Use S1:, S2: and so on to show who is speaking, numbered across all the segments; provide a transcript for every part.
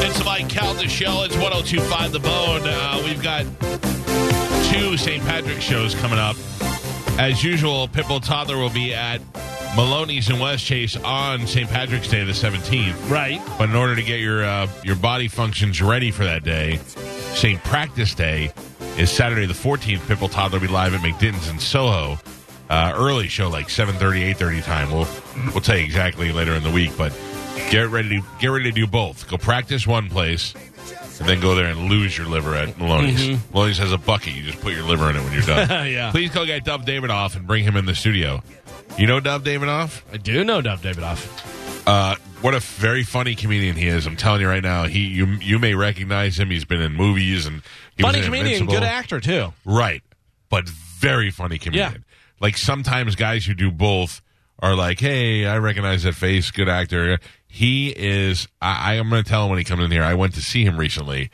S1: It's the Mike Calda Show. It's 1025 The Bone. Uh, we've got two St. Patrick's shows coming up. As usual, Pitbull Toddler will be at Maloney's in Westchase on St. Patrick's Day, the 17th.
S2: Right.
S1: But in order to get your uh, your body functions ready for that day, St. Practice Day is Saturday the 14th. Pitbull Toddler will be live at McDinton's in Soho. Uh, early show, like 7.30, 8.30 time. We'll, we'll tell you exactly later in the week, but get ready to get ready to do both. Go practice one place, and then go there and lose your liver at Maloney's. Maloney's has a bucket. You just put your liver in it when you're done.
S2: Yeah.
S1: Please go get Dub Davidoff and bring him in the studio. You know Dub Davidoff?
S2: I do know Dove Davidoff.
S1: Uh, what a very funny comedian he is. I'm telling you right now. He you you may recognize him. He's been in movies and he was
S2: Funny
S1: in
S2: comedian,
S1: Invincible.
S2: good actor too.
S1: Right. But very funny comedian.
S2: Yeah.
S1: Like sometimes guys who do both are like, hey, I recognize that face, good actor. He is, I, I am going to tell him when he comes in here. I went to see him recently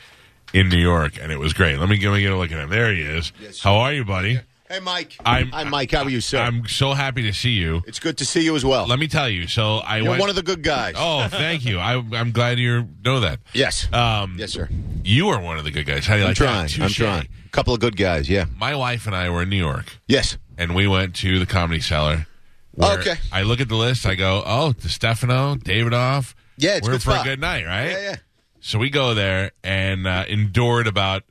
S1: in New York and it was great. Let me, let me get a look at him. There he is.
S3: Yes.
S1: How are you, buddy?
S3: Hey, Mike.
S1: I'm-
S3: Hi, Mike. How are you, sir?
S1: I'm so happy to see you.
S3: it's good to see you as well.
S1: Let me tell you. So I
S3: You're
S1: went.
S3: one of the good guys.
S1: oh, thank you. I, I'm glad you know that.
S3: Yes.
S1: Um,
S3: yes, sir.
S1: You are one of the good guys. How do you
S3: I'm
S1: like
S3: trying.
S1: that?
S3: I'm
S1: Touche.
S3: trying. A couple of good guys. Yeah.
S1: My wife and I were in New York.
S3: Yes.
S1: and we went to the comedy cellar. where
S3: Okay.
S1: I look at the list. I go, oh, Stefano, Davidoff.
S3: Yeah, it's a
S1: we're in
S3: good
S1: for
S3: spot.
S1: a good night, right?
S3: Yeah, yeah.
S1: So we go there and uh, endured about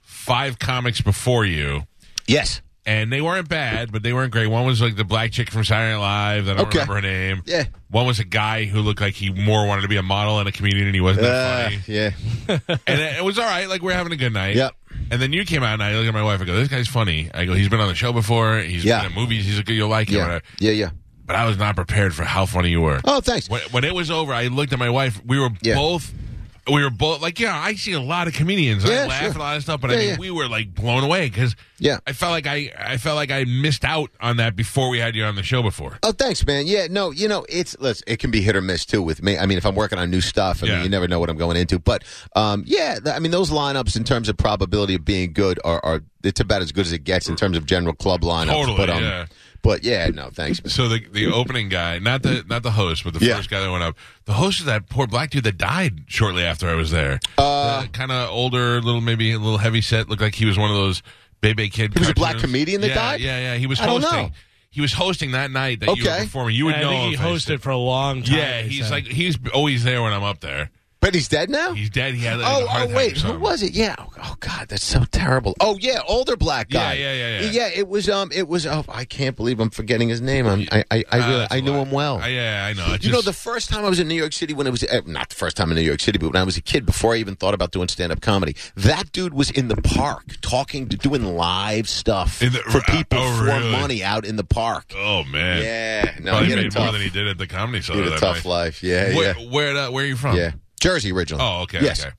S1: five comics before you,
S3: Yes.
S1: and they weren't bad, but they weren't great. One was like the black chick from Saturday Night Live. I don't
S3: Okay.
S1: remember her name.
S3: Yeah.
S1: One was a guy who looked like he more wanted to be a model and a comedian, and he wasn't that
S3: Uh,
S1: funny
S3: yeah.
S1: and it it was all right. Like we're having a good night.
S3: Yep.
S1: And then you came out, and I look at my wife. I go, "This guy's funny." I go, "He's been on the show before. He's
S3: Yeah.
S1: been in movies. He's a good. You'll like him."
S3: Yeah.
S1: whatever."
S3: Yeah. Yeah.
S1: But I was not prepared for how funny you were.
S3: Oh, thanks.
S1: When, when it was over, I looked at my wife. We were
S3: Yeah.
S1: both. We were both like, yeah, I see a lot of comedians. and I
S3: Yeah,
S1: laugh
S3: sure.
S1: at a lot of stuff, but I
S3: Yeah,
S1: mean,
S3: yeah.
S1: we were like blown away because
S3: Yeah.
S1: I felt like I, I felt like I missed out on that before we had you on the show before.
S3: Oh, thanks, man. Yeah, no, you know, it's listen, it can be hit or miss too with me. I mean, if I'm working on new stuff, I
S1: Yeah.
S3: mean, you never know what I'm going into. But um, yeah, th- I mean, those lineups in terms of probability of being good are, are it's about as good as it gets in terms of general club lineups.
S1: Totally,
S3: but, um,
S1: yeah.
S3: but yeah, no, thanks. man.
S1: So the the opening guy, not the not the host, but the
S3: Yeah.
S1: first guy that went up, the host is that poor black dude that died shortly after I was there. Uh, kind of older, little maybe a little heavy set. Looked like he was one of those baby kid. He
S3: was a black comedian that died?
S1: Yeah, yeah. He was
S3: I don't
S1: hosting.
S3: know.
S1: He was hosting that night that you were
S3: Okay.
S1: performing. You would
S2: I
S1: know.
S2: think he
S1: if I said-
S2: hosted for a long time.
S1: Yeah,
S2: they
S1: he's
S2: said.
S1: like he's always there when I'm up there.
S3: But he's dead now.
S1: He's dead. He had. Like,
S3: Oh,
S1: a heart
S3: oh
S1: attack or
S3: wait, who
S1: something.
S3: was it? Yeah. Oh, Oh God, that's so terrible. Oh yeah, older black
S1: Yeah,
S3: guy.
S1: yeah, yeah, yeah.
S3: Yeah, it was um, it was. Oh, I can't believe I'm forgetting his name. I'm, I, I, I,
S1: Ah,
S3: really,
S1: that's
S3: I
S1: a
S3: knew
S1: lot.
S3: him well.
S1: Ah, yeah, I know. It's
S3: you know,
S1: just-
S3: the first time I was in New York City when I was eh, not the first time in New York City, but when I was a kid, before I even thought about doing stand up comedy, that dude was in the park talking, to doing live stuff
S1: In the-
S3: for people
S1: oh,
S3: for
S1: really?
S3: money out in the park.
S1: oh man,
S3: Yeah, no,
S1: probably
S3: he had a
S1: made more
S3: tough,
S1: than he did at the comedy
S3: he
S1: cellar.
S3: had a
S1: that
S3: tough
S1: night.
S3: life. Yeah,
S1: Where,
S3: yeah,
S1: where, uh, where are you from?
S3: yeah. Jersey originally.
S1: Oh, okay.
S3: Yes.
S1: Okay.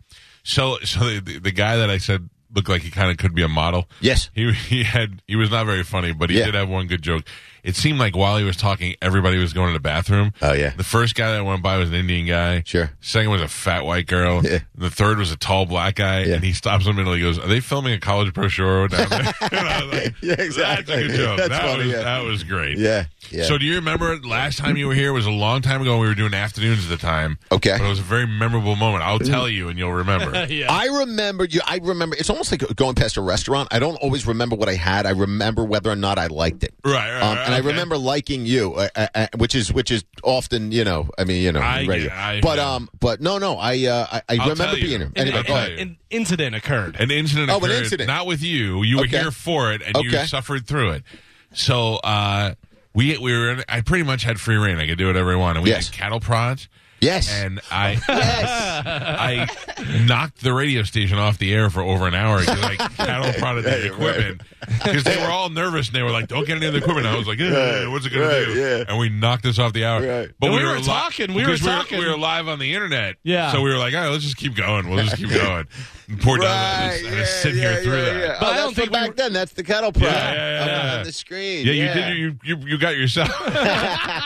S1: So, so the, the the guy that I said looked like he kind of could be a model.
S3: Yes.
S1: He he had he was not very funny, but he
S3: Yeah.
S1: did have one good joke. It seemed like while he was talking, everybody was going to the bathroom.
S3: Oh, yeah.
S1: The first guy that went by was an Indian guy.
S3: Sure.
S1: Second was a fat white girl.
S3: Yeah.
S1: The third was a tall black guy.
S3: Yeah.
S1: And he stops in the middle. He goes, "Are they filming a college brochure down there?" And I was like,
S3: Yeah, exactly.
S1: That's a good joke.
S3: That's
S1: that
S3: funny,
S1: was
S3: yeah.
S1: that was great.
S3: Yeah, yeah.
S1: So do you remember last time you were here was a long time ago. We were doing afternoons at the time.
S3: Okay. Mm.
S1: But it was a very memorable moment. I'll tell you, and you'll remember.
S2: yeah.
S3: I remember you. I remember. It's almost like going past a restaurant. I don't always remember what I had. I remember whether or not I liked it.
S1: Right, right,
S3: Um,
S1: right,
S3: and I
S1: okay.
S3: remember liking you, uh, uh, uh, which is which is often you know. I mean, you know,
S1: I
S3: radio.
S1: get- I-
S3: but
S1: yeah.
S3: um, but no, no. I uh, I, I
S1: I'll
S3: remember
S1: tell you.
S3: being here.
S2: An,
S3: Anyway,
S1: I'll
S3: go
S1: tell
S3: ahead.
S1: you.
S2: "Oh, an incident occurred.
S1: An incident
S3: Oh, an
S1: occurred,
S3: incident.
S1: not with you. You were
S3: Okay.
S1: here for it, and you
S3: Okay.
S1: suffered through it. So uh, we we were. In, I pretty much had free reign. I could do whatever I wanted. We
S3: Yes.
S1: did cattle prods,
S3: Yes.
S1: and I
S3: yes.
S1: I I knocked the radio station off the air for over an hour because I cattle prodded the
S3: Right, right.
S1: equipment because they were all nervous and they were like, "Don't get any of the equipment." I was like, eh,
S3: Right,
S1: "What's it going
S3: right,
S1: to do?"
S3: yeah.
S1: And we knocked this off the hour.
S3: Right.
S1: But
S2: And
S1: we,
S2: we
S1: were,
S2: were
S1: li-
S2: talking, we were
S1: because
S2: talking.
S1: We were live on the internet.
S2: Yeah.
S1: So we were like, "All right, let's just keep going. We'll just keep going." And Poor Doug had to- had to sit here through that.
S3: But I don't think
S2: we
S3: back
S2: were-
S3: then that's the kettle prod.
S1: Yeah, yeah,
S3: Up
S1: yeah.
S3: on the screen.
S1: Yeah, you did. You you, you got yourself.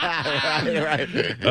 S3: right, right.
S1: Uh,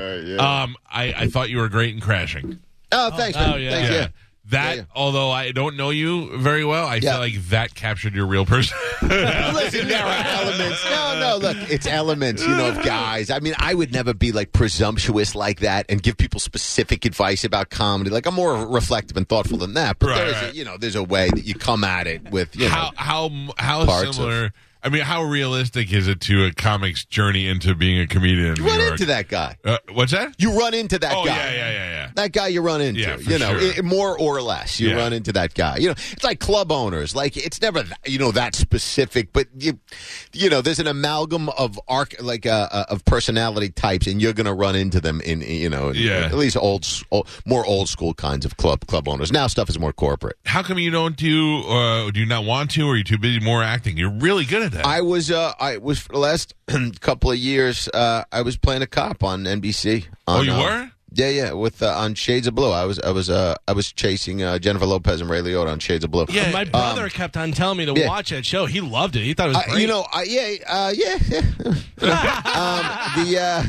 S3: Right, yeah.
S1: Um, I I thought you were great in crashing.
S3: oh, thanks.
S2: oh,
S3: man.
S2: yeah.
S3: Thanks, yeah.
S1: That,
S3: Yeah, yeah.
S1: although I don't know you very well, I
S3: Yeah.
S1: feel like that captured your real person.
S3: Listen, there are elements. No, no, look, it's elements, you know, of guys. I mean, I would never be like presumptuous like that and give people specific advice about comedy. Like, I'm more reflective and thoughtful than that. But
S1: Right,
S3: there is,
S1: right.
S3: a, you know, there's a way that you come at it with, you know.
S1: how how how
S3: Parts of-
S1: similar? I mean, how realistic is it to a comic's journey into being a comedian? In
S3: you run
S1: New York?
S3: into that guy.
S1: Uh, what's that?
S3: You run into that
S1: oh
S3: guy.
S1: yeah, yeah, yeah, yeah.
S3: that guy you run into.
S1: Yeah, for
S3: you know,
S1: sure.
S3: i- more or less, you
S1: Yeah.
S3: run into that guy. You know, it's like club owners. Like it's never th- you know that specific, but you, you know, there's an amalgam of arc like uh, uh, of personality types, and you're going to run into them in in, you know, in-
S1: Yeah.
S3: at least old, s- old more old school kinds of club club owners. Now stuff is more corporate.
S1: How come you don't do? Uh, do you not want to? Or are you too busy more acting? You're really good at that.
S3: I was uh I was for the last couple of years uh I was playing a cop on NBC.
S1: oh,
S3: on,
S1: you
S3: uh,
S1: were.
S3: Yeah, yeah, with uh, on Shades of Blue. I was, I was, uh, I was chasing uh, Jennifer Lopez and Ray Liotta on Shades of Blue.
S2: Yeah, Um, my brother kept on telling me to
S3: yeah.
S2: watch that show. He loved it. He thought it was
S3: Uh,
S2: great.
S3: you know, I, yeah, uh, yeah, yeah. um, the uh,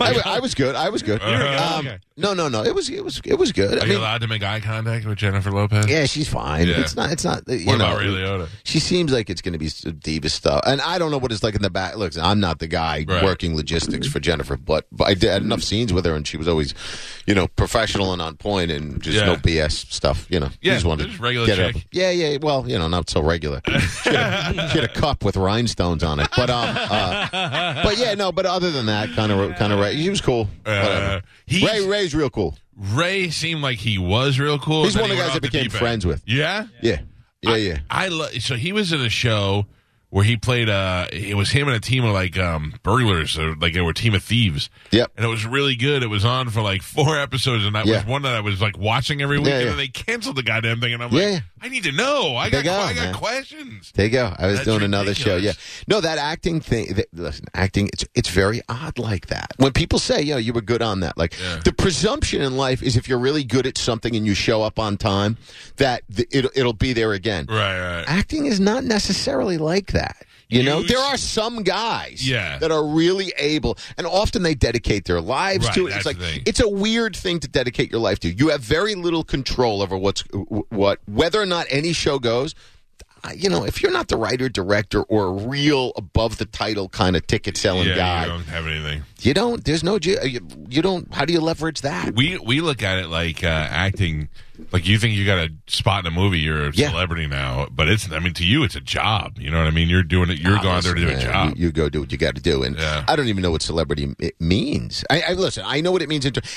S3: I, wa- I was good. I was good.
S1: You're good,
S3: Um,
S2: okay.
S3: No, no, no. It was, it was, it was good.
S1: Are
S3: I
S1: you
S3: mean,
S1: allowed to make eye contact with Jennifer Lopez?
S3: yeah, she's fine.
S1: Yeah.
S3: It's not. It's not. uh, You
S1: What
S3: know,
S1: about Ray Liotta?
S3: She seems like it's going to be s- diva stuff, and I don't know what it's like in the back. Look, I'm not the guy
S1: Right.
S3: working logistics for Jennifer, but, but I did, had enough scenes with her, and she was always, you know, professional and on point, and just
S1: Yeah.
S3: no BS stuff. You know,
S1: Yeah,
S3: just wanted
S1: just regular
S3: get her-
S1: chick.
S3: Yeah, yeah. Well, you know, not so regular. she, had a, she had a cup with rhinestones on it, but um, uh, but yeah, no. But other than that, kind of, kind of, she was cool.
S1: Uh,
S3: Whatever.
S1: he's-
S3: Ray, Ray's real cool.
S1: Ray seemed like he was real cool.
S3: He's
S1: and
S3: one
S1: then
S3: of the
S1: he went
S3: guys
S1: off
S3: I
S1: the
S3: became
S1: deep end.
S3: friends with.
S1: Yeah,
S3: Yeah, yeah, yeah.
S1: I lo- so he was in a show where he played. Uh, it was him and a team of like um burglars, or like they were a team of thieves.
S3: Yep.
S1: and it was really good. It was on for like four episodes, and that
S3: Yeah.
S1: was one that I was like watching every week.
S3: Yeah,
S1: And
S3: yeah.
S1: then they canceled the goddamn thing, and I'm
S3: Yeah,
S1: like,
S3: yeah.
S1: I need to know. I
S3: They
S1: got,
S3: got
S1: I
S3: 'em,
S1: got
S3: man.
S1: questions.
S3: There you go. I was
S1: That's
S3: doing another show. Yeah.
S1: ridiculous.
S3: No, that acting thing. That, listen, acting. It's it's very odd like that. When people say, you know, you were good on that. Like
S1: Yeah.
S3: the presumption in life is if you're really good at something and you show up on time, that th- it'll it'll be there again.
S1: Right, right.
S3: Acting is not necessarily like that. You know,
S1: You-
S3: there are some guys
S1: Yeah.
S3: that are really able, and often they dedicate their lives
S1: Right,
S3: to it.
S1: that's
S3: It's like
S1: the thing.
S3: it's a weird thing to dedicate your life to. You have very little control over what's what, whether or not any show goes. Uh, You know, if you're not the writer, director, or a real above the title kind of ticket selling
S1: yeah,
S3: guy,
S1: you don't have anything.
S3: you don't. There's no. ju- You, you don't. How do you leverage that?
S1: We we look at it like uh, acting. Like you think you got a spot in a movie, you're a
S3: Yeah.
S1: celebrity now, but it's. I mean, to you, it's a job. You know what I mean? You're doing it. You're
S3: Ah,
S1: going
S3: listen,
S1: there to do a
S3: man,
S1: job.
S3: You, you go do what you got to do, and
S1: Yeah.
S3: I don't even know what celebrity m- it means. I, I listen. I know what it means. In, ter-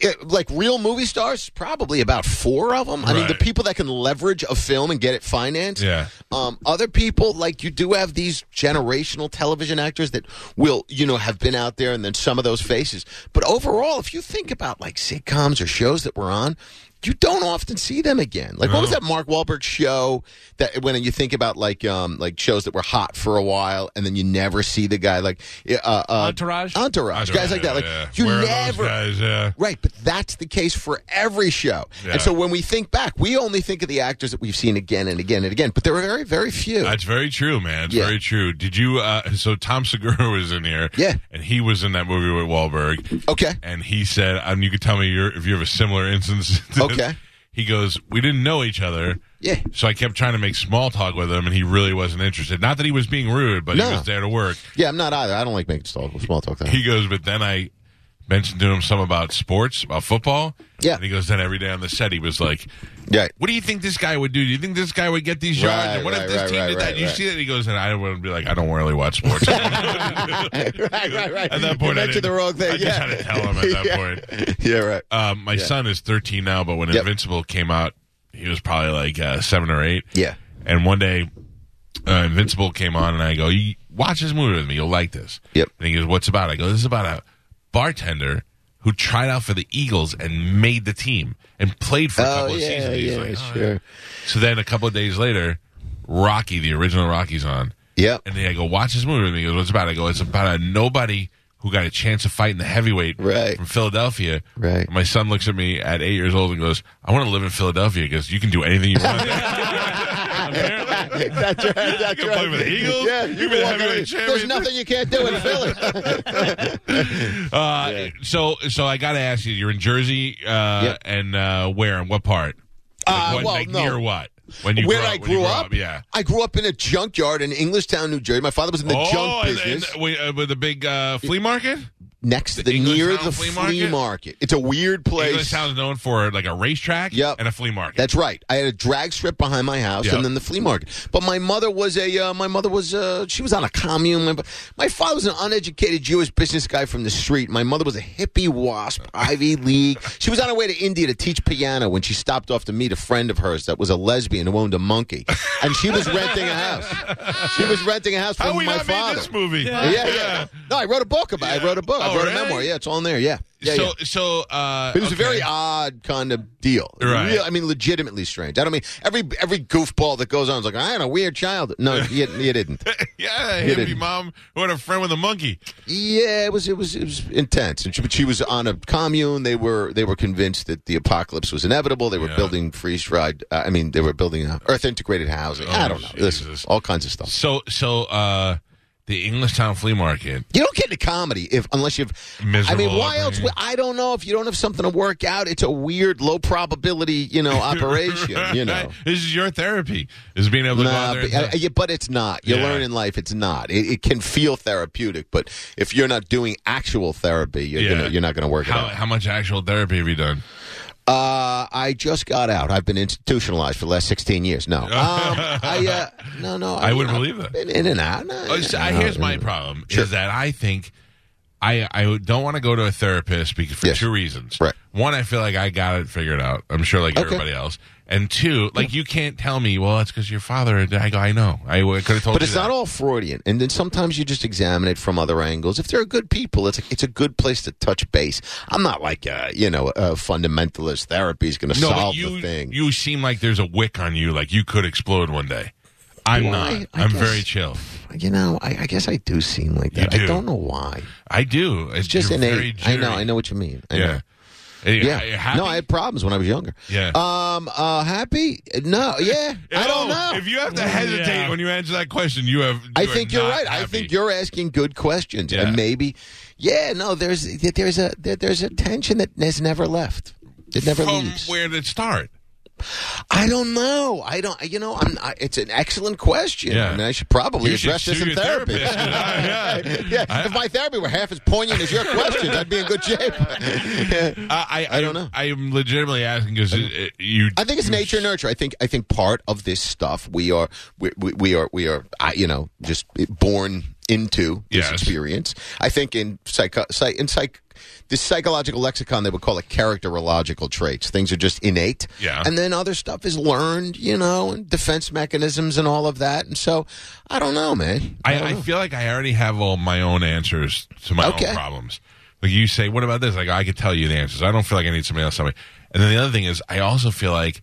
S3: it, like real movie stars, probably about four of them. I mean, the
S1: Right.
S3: people that can leverage a film and get it financed.
S1: Yeah.
S3: Um, other people, like you do have these generational television actors that will, you know, have been out there, and then some of those faces. But overall, if you think about like sitcoms or shows that we're on. You don't often see them again. Like, what was that Mark Wahlberg show that when you think about like um like shows that were hot for a while and then you never see the guy like uh, uh,
S2: Entourage?
S3: Entourage, guys like that. Like
S1: Yeah.
S3: you
S1: Where are those
S3: never
S1: guys? Yeah.
S3: Right, but that's the case for every show.
S1: Yeah.
S3: And so when we think back, we only think of the actors that we've seen again and again and again, but there are very, very few.
S1: That's very true, man. It's
S3: Yeah.
S1: very true. Did you? Uh, so Tom Segura was in here.
S3: Yeah.
S1: and he was in that movie with Wahlberg.
S3: Okay.
S1: and he said, and you could tell me your, if you have a similar instance. to this.
S3: Okay.
S1: he goes, we didn't know each other.
S3: Yeah.
S1: so I kept trying to make small talk with him, and he really wasn't interested. Not that he was being rude, but
S3: No.
S1: he was there to work.
S3: Yeah, I'm not either. I don't like making small, small talk. That.
S1: He goes, but then I mentioned to him some about sports, about football.
S3: Yeah.
S1: and he goes, then every day on the set, he was like,
S3: yeah.
S1: what do you think this guy would do? Do you think this guy would get these yards?
S3: Right,
S1: and what
S3: right,
S1: if this
S3: right,
S1: team
S3: right,
S1: did that?
S3: right,
S1: you
S3: right.
S1: see that? And he goes, and I would be like, I don't really watch sports. at
S3: right, right, right.
S1: that point, I
S3: you mentioned
S1: didn't-
S3: the wrong
S1: I
S3: thing.
S1: just
S3: yeah.
S1: had to tell him at that
S3: Yeah.
S1: point.
S3: Yeah, right.
S1: Um, my son is 13 now, but when
S3: Yep.
S1: Invincible came out, he was probably like uh, seven or eight.
S3: Yeah.
S1: And one day, uh, Invincible came on, and I go, you, "Watch this movie with me. You'll like this."
S3: Yep.
S1: And he goes, "What's it about?" I go, "This is about a bartender who tried out for the Eagles and made the team and played for a couple
S3: oh
S1: of
S3: yeah,
S1: seasons. He's
S3: yeah,
S1: like, "All right."
S3: sure.
S1: So then a couple of days later, Rocky, the original Rocky's on.
S3: Yep.
S1: And then I go, watch this movie with me. He goes, what's it about? I go, it's about a nobody who got a chance to fight in the heavyweight
S3: Right.
S1: from Philadelphia.
S3: Right.
S1: And my son looks at me at eight years old and goes, I want to live in Philadelphia because you can do anything you want. Apparently.
S3: that's right. That's
S1: can
S3: right.
S1: play for the Eagles.
S3: Yeah,
S1: You
S3: you
S1: can be the
S3: walk
S1: heavyweight
S3: away. There's
S1: champion.
S3: nothing you can't do in Philly.
S1: Uh, So, so I got to ask you, you're in Jersey uh,
S3: Yep.
S1: and uh, where and what part?
S3: Uh,
S1: what,
S3: well,
S1: like
S3: no.
S1: near what? When you
S3: Where
S1: grew
S3: I
S1: up, when you
S3: grew up?
S1: yeah.
S3: I grew up in a junkyard in Englishtown, New Jersey. My father was in the
S1: oh,
S3: junk
S1: and-
S3: business.
S1: and we- uh, with the big uh, flea market.
S3: Next, the,
S1: Englishtown
S3: near the
S1: flea
S3: flea
S1: market?
S3: market? It's a weird place.
S1: English town's known for like a racetrack
S3: Yep.
S1: and a flea market.
S3: That's right. I had a drag strip behind my house,
S1: Yeah.
S3: and then the flea market. But my mother was a uh, my mother was uh, she was on a commune. My, my father was an uneducated Jewish business guy from the street. My mother was a hippie wasp, Ivy League. She was on her way to India to teach piano when she stopped off to meet a friend of hers that was a lesbian who owned a monkey, and she was renting a house. She was renting a house from
S1: How Oh, we
S3: my
S1: not
S3: father.
S1: made this movie?
S3: Yeah, yeah, No, I wrote a book about. it. I wrote a book.
S1: Oh,
S3: I wrote
S1: really?
S3: a memoir. Yeah, it's on there. Yeah, yeah.
S1: so,
S3: yeah.
S1: so uh,
S3: But it was
S1: okay.
S3: a very odd kind of deal.
S1: Right.
S3: Real- I mean, legitimately strange. I don't mean every every goofball that goes on is like, I had a weird child. No, you, you didn't.
S1: yeah,
S3: Hit
S1: hippie
S3: it.
S1: mom who had a friend with a monkey.
S3: Yeah, it was it was it was intense. And she, but she was on a commune. They were they were convinced that the apocalypse was inevitable. They were
S1: Yeah.
S3: building freeze fried. Uh, I mean, they were building uh, earth integrated housing. I don't know. Listen,
S1: Oh, Jesus.
S3: all kinds of stuff.
S1: So, so uh, the Englishtown flea market.
S3: You don't get into comedy if unless you've. I
S1: Miserable
S3: mean, why else?
S1: upbringing.
S3: would- I don't know if you don't have something to work out. It's a weird, low probability, you know, operation. You know,
S1: this is your therapy. Is being able to go out
S3: Nah,
S1: there.
S3: but,
S1: and-
S3: uh, yeah, but it's not. You
S1: Yeah.
S3: learn in life, it's not. It, it can feel therapeutic, but if you're not doing actual therapy, you're,
S1: Yeah.
S3: gonna, you're not going to work
S1: how,
S3: it out.
S1: how much actual therapy have you done?
S3: Uh, I just got out. I've been institutionalized for the last 16 years. No, um, I uh, no no.
S1: I wouldn't
S3: I've
S1: believe that.
S3: Been in and out. No,
S1: Oh, so, uh, here's my problem:
S3: Sure.
S1: is that I think I I don't want to go to a therapist because for
S3: Yes.
S1: two reasons.
S3: Right.
S1: One, I feel like I got it figured out. I'm sure, like
S3: Okay. Mm.
S1: everybody else. And two, like you can't tell me, well, it's because your father. I go, I know. I could have told.
S3: But
S1: you
S3: it's
S1: that.
S3: not all Freudian, and then sometimes you just examine it from other angles. If they're good people, it's a, it's a good place to touch base. I'm not like uh, you know a fundamentalist therapy is going to
S1: No, but
S3: solve
S1: you
S3: the thing.
S1: you seem like there's a wick on you. Like you could explode one day. I'm
S3: Why?
S1: not.
S3: I
S1: I'm
S3: guess-
S1: very chill.
S3: you know, I, I guess I do seem like that.
S1: You do.
S3: I don't know why.
S1: I do.
S3: It's just
S1: You're very
S3: innate. I know.
S1: jittery.
S3: I know what you mean. I
S1: Yeah.
S3: know.
S1: Yeah.
S3: Yeah. No, I had problems when I was younger.
S1: Yeah.
S3: Um. Uh. Happy? No. Yeah. I don't know.
S1: Oh, If you have to hesitate
S2: Yeah.
S1: when you answer that question, you have.
S3: I
S1: you are
S3: think you're
S1: not
S3: right. I
S1: happy.
S3: think you're asking good questions,
S1: Yeah.
S3: and maybe, yeah. No. There's there's a there, there's a tension that has never left. It never
S1: From
S3: leaves.
S1: where did it start?
S3: I don't know. I don't. You know. I'm. I, it's an excellent question.
S1: Yeah.
S3: I mean, I should probably
S1: You should
S3: address this
S1: sue
S3: in
S1: your
S3: therapy.
S1: therapist. yeah.
S3: yeah. if my therapy were half as poignant as your questions, I'd be in good shape.
S1: I,
S3: I don't know.
S1: I am legitimately asking because you.
S3: I think it's
S1: you-
S3: nature and nurture. I think I think part of this stuff we are we, we, we are we are I, you know just born into this
S1: Yes.
S3: experience. I think in psycho psych, in psych this psychological lexicon they would call it characterological traits. Things are just innate,
S1: Yeah.
S3: and then other stuff is learned, you know, and defense mechanisms and all of that. And so I don't know, man.
S1: I, I feel like I already have all my own answers to my
S3: Okay.
S1: own problems. Like you say, what about this? Like I could tell you the answers. I don't feel like I need somebody else to tell me. And then the other thing is, I also feel like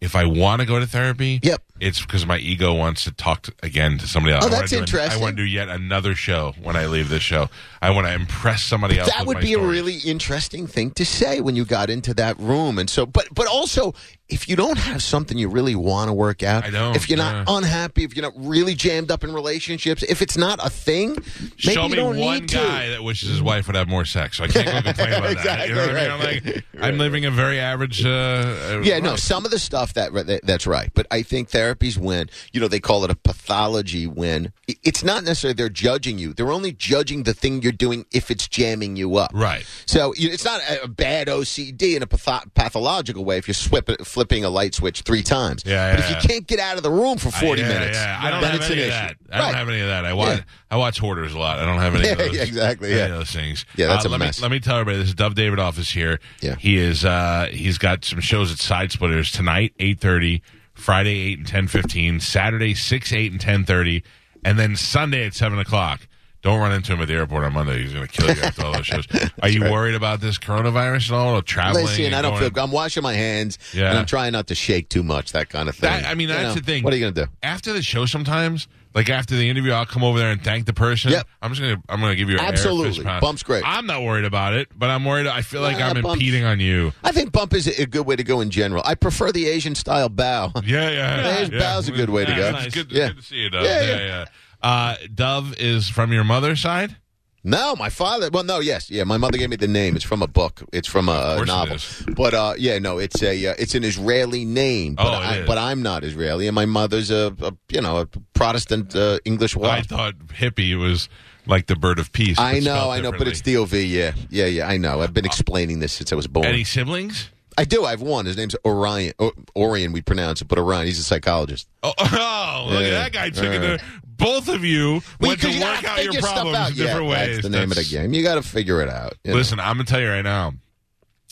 S1: if I want to go to therapy,
S3: Yep.
S1: it's because my ego wants to talk to, again to somebody else.
S3: Oh,
S1: I wanna
S3: that's
S1: do an- I
S3: interesting.
S1: want to do yet another show when I leave this show. I want to impress somebody else.
S3: that
S1: with
S3: would
S1: my
S3: be a
S1: story.
S3: really interesting thing to say when you got into that room and so but but also if you don't have something you really want to work out
S1: I don't,
S3: if you're not
S1: yeah.
S3: unhappy if you're not really jammed up in relationships if it's not a thing maybe
S1: Show
S3: you
S1: me
S3: don't
S1: one
S3: need
S1: guy
S3: to.
S1: that wishes his wife would have more sex. So I can't go complain about that. You know what I mean? I'm like,
S3: Exactly, right.
S1: I'm living a very average. Uh, uh,
S3: yeah, no.
S1: life.
S3: Some of the stuff that, that that's right, but I think therapies when you know they call it a pathology when i- it's not necessarily they're judging you; they're only judging the thing you're doing if it's jamming you up.
S1: Right.
S3: So you- it's not a a bad OCD in a patho- pathological way if you're swip- flipping a light switch three times.
S1: Yeah,
S3: but
S1: yeah,
S3: if you
S1: yeah.
S3: can't get out of the room for 40
S1: yeah,
S3: minutes,
S1: Yeah, I don't
S3: then
S1: have
S3: it's
S1: any
S3: an
S1: of
S3: issue.
S1: that. I don't
S3: Right.
S1: have any of that. I watch
S3: Yeah.
S1: I watch hoarders a lot. I don't have any of
S3: Yeah,
S1: those.
S3: yeah, exactly,
S1: any
S3: yeah.
S1: of those things.
S3: Yeah, that's
S1: uh, let me,
S3: a mess.
S1: let me tell everybody. This is Dove David Office here.
S3: Yeah.
S1: he is. Uh, he's got some shows at Side Splitters tonight, eight thirty. Friday eight and ten fifteen. Saturday six eight and ten thirty, and then Sunday at seven o'clock. Don't run into him at the airport on Monday. He's going to kill you after all those shows. Are you worried about this coronavirus and all? Or traveling?
S3: Listen,
S1: and
S3: I don't
S1: going-
S3: feel. I'm washing my hands,
S1: Yeah.
S3: and I'm trying not to shake too much. That kind of thing.
S1: That- I mean,
S3: You
S1: that's
S3: know,
S1: the thing.
S3: What are you gonna do?
S1: After the show, sometimes, like after the interview, I'll come over there and thank the person.
S3: Yep.
S1: I'm just gonna, I'm gonna give you a
S3: Absolutely. Bump's great.
S1: I'm not worried about it, but I'm worried. I feel like
S3: Yeah,
S1: I'm
S3: bumps.
S1: impeding on you.
S3: I think bump is a good way to go in general. I prefer the Asian style bow.
S1: Yeah, yeah.
S3: There's
S1: yeah.
S3: Bow's a good way to
S1: Yeah,
S3: go.
S1: It's good,
S3: Yeah.
S1: good to see you, Dove.
S3: Yeah,
S1: Yeah,
S3: yeah.
S1: yeah. Uh, Dove is from your mother's side.
S3: No, my father. Well, no, yes, yeah. My mother gave me the name. It's from a book. It's from a
S1: course it
S3: novel.
S1: is.
S3: But uh, yeah, no, it's a uh, it's an Israeli name. But
S1: Oh, it
S3: I,
S1: is.
S3: but I'm not Israeli, and my mother's a, a you know a Protestant uh, English
S1: I
S3: wife.
S1: thought hippie was like the bird of peace.
S3: I
S1: but
S3: know,
S1: spelled
S3: I know, but it's
S1: differently.
S3: Dov. Yeah, yeah, yeah. I know. I've been explaining this since I was born.
S1: any siblings?
S3: I do. I have one. His name's Orion. O- Orion, we pronounce it, but Orion. He's a psychologist.
S1: Oh, oh, look
S3: Yeah.
S1: at that guy took
S3: Yeah.
S1: it. to- Both of you went to
S3: you gotta
S1: work out your
S3: figure stuff
S1: problems
S3: out.
S1: in different
S3: yeah,
S1: ways.
S3: That's the name of
S1: That's-
S3: the game. You got to figure it out. you know.
S1: Listen, I'm gonna tell you right now.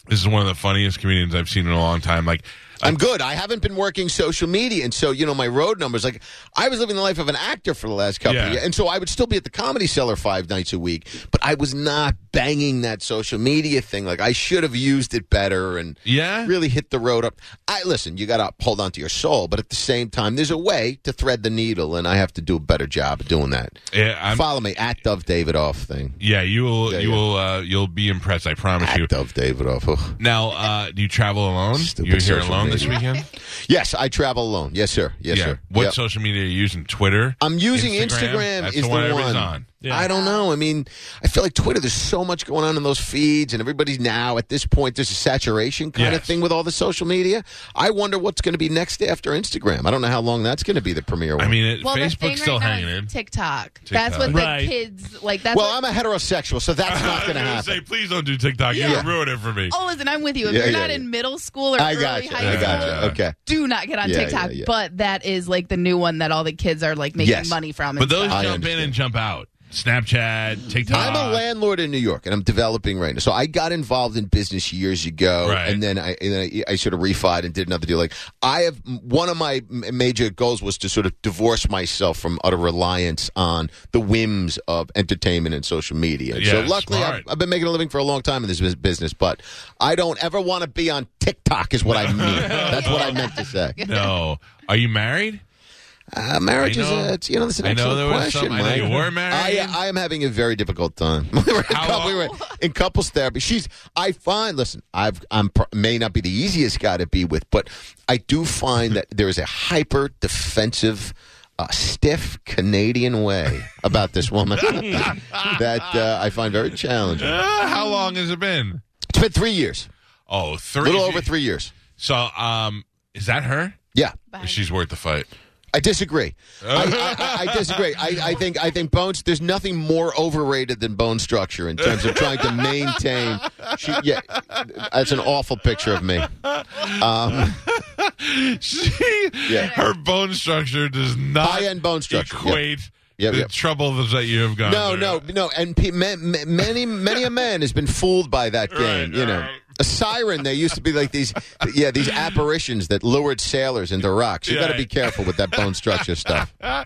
S1: This is one of the funniest comedians I've seen in a long time. Like, I-
S3: I'm good. I haven't been working social media, and so you know my road numbers. Like I was living the life of an actor for the last couple of
S1: Yeah.
S3: years, and so I would still be at the Comedy Cellar five nights a week, but I was not banging that social media thing. Like I should have used it better, and
S1: yeah,
S3: really hit the road up. I listen, you got to hold on to your soul, but at the same time, there's a way to thread the needle, and I have to do a better job of doing that.
S1: yeah, eh, I'm,
S3: Follow me at Dove Davidoff thing.
S1: yeah. You will,
S3: Yeah,
S1: you
S3: yeah.
S1: will, uh, you'll be impressed. I promise you.
S3: At Dove Davidoff. Ugh.
S1: Now, uh, do you travel alone?
S3: Stupid
S1: You're here
S3: social
S1: alone this
S3: media.
S1: weekend.
S3: Yes, I travel alone. Yes, sir. Yes, sir.
S1: What
S3: Yep.
S1: social media are you using? Twitter.
S3: I'm using Instagram,
S1: That's the
S3: is the
S1: one
S3: one.
S1: everybody's on.
S2: Yeah.
S3: I don't know. I mean, I feel like Twitter. There's so much going on in those feeds, and everybody's now at this point. There's a saturation kind of
S1: Yes.
S3: thing with all the social media. I wonder what's going to be next after Instagram. I don't know how long that's going to be the premier one.
S1: I mean, it,
S4: Well, the thing
S1: Facebook's still
S4: right now
S1: hanging
S4: is
S1: in.
S4: TikTok.
S1: TikTok.
S4: That's what
S2: Right.
S4: the kids like. That's
S3: well,
S4: what-
S3: I'm a heterosexual, so that's
S1: I
S3: not
S1: was
S3: going to
S1: gonna
S3: happen.
S1: Say, please don't do TikTok. You're
S4: Yeah.
S1: gonna ruin it for me.
S4: Oh, listen, I'm with you. If
S3: Yeah,
S4: you're
S3: yeah,
S4: not
S3: yeah.
S4: in middle school or
S3: I
S4: early
S3: got you.
S4: high
S3: I got
S4: school,
S3: you. Okay.
S4: do not get on
S3: Yeah, yeah,
S4: TikTok.
S3: yeah.
S4: But that is like the new one that all the kids are like making
S3: Yes.
S4: money from. and
S1: But those
S4: stuff.
S3: I
S1: jump
S3: understand.
S1: in and jump out. Snapchat, TikTok.
S3: I'm a landlord in New York, and I'm developing right now. So I got involved in business years ago,
S1: Right.
S3: and then I and then I, I sort of refied and did another deal. Like I have one of my m- major goals was to sort of divorce myself from utter reliance on the whims of entertainment and social media.
S1: Yeah,
S3: so luckily,
S1: smart.
S3: I've, I've been making a living for a long time in this bus- business, but I don't ever want to be on TikTok. Is what I mean. That's what I meant to say.
S1: No. Are you married?
S3: Uh, marriage
S1: I
S3: is
S1: know-
S3: a, it's, you know, that's an
S1: I know
S3: excellent
S1: there was
S3: question.
S1: some- I know
S3: Mike.
S1: you were married.
S3: I, I am having a very difficult time. we, were in
S1: How
S3: cou- we were in couples therapy. She's, I find, listen, I've, I'm pr- may not be the easiest guy to be with, but I do find that there is a hyper defensive, uh, stiff Canadian way about this woman that uh, I find very challenging.
S1: Uh, how long has it been?
S3: It's been three years,
S1: Oh,
S3: a
S1: three.
S3: little over three years.
S1: So, um, is that her?
S3: Yeah.
S4: Behind
S1: She's worth the fight.
S3: I disagree. I, I, I- I disagree. I, I think I think bones. There's nothing more overrated than bone structure in terms of trying to maintain. She, yeah, that's an awful picture of me.
S1: Oh,
S3: Um,
S1: She,
S3: Yeah.
S1: her bone structure does not
S3: High-end bone structure, yeah.
S1: equate
S3: Yeah,
S1: the
S3: yeah.
S1: trouble that you have gone.
S3: no,
S1: through.
S3: no, no. And pe- ma- ma- many many a man has been fooled by that game.
S1: Right,
S3: you know,
S1: right.
S3: a siren. They used to be like these. Yeah, these apparitions that lured sailors into rocks. You
S1: Yeah.
S3: got to be careful with that bone structure stuff.
S1: Ah.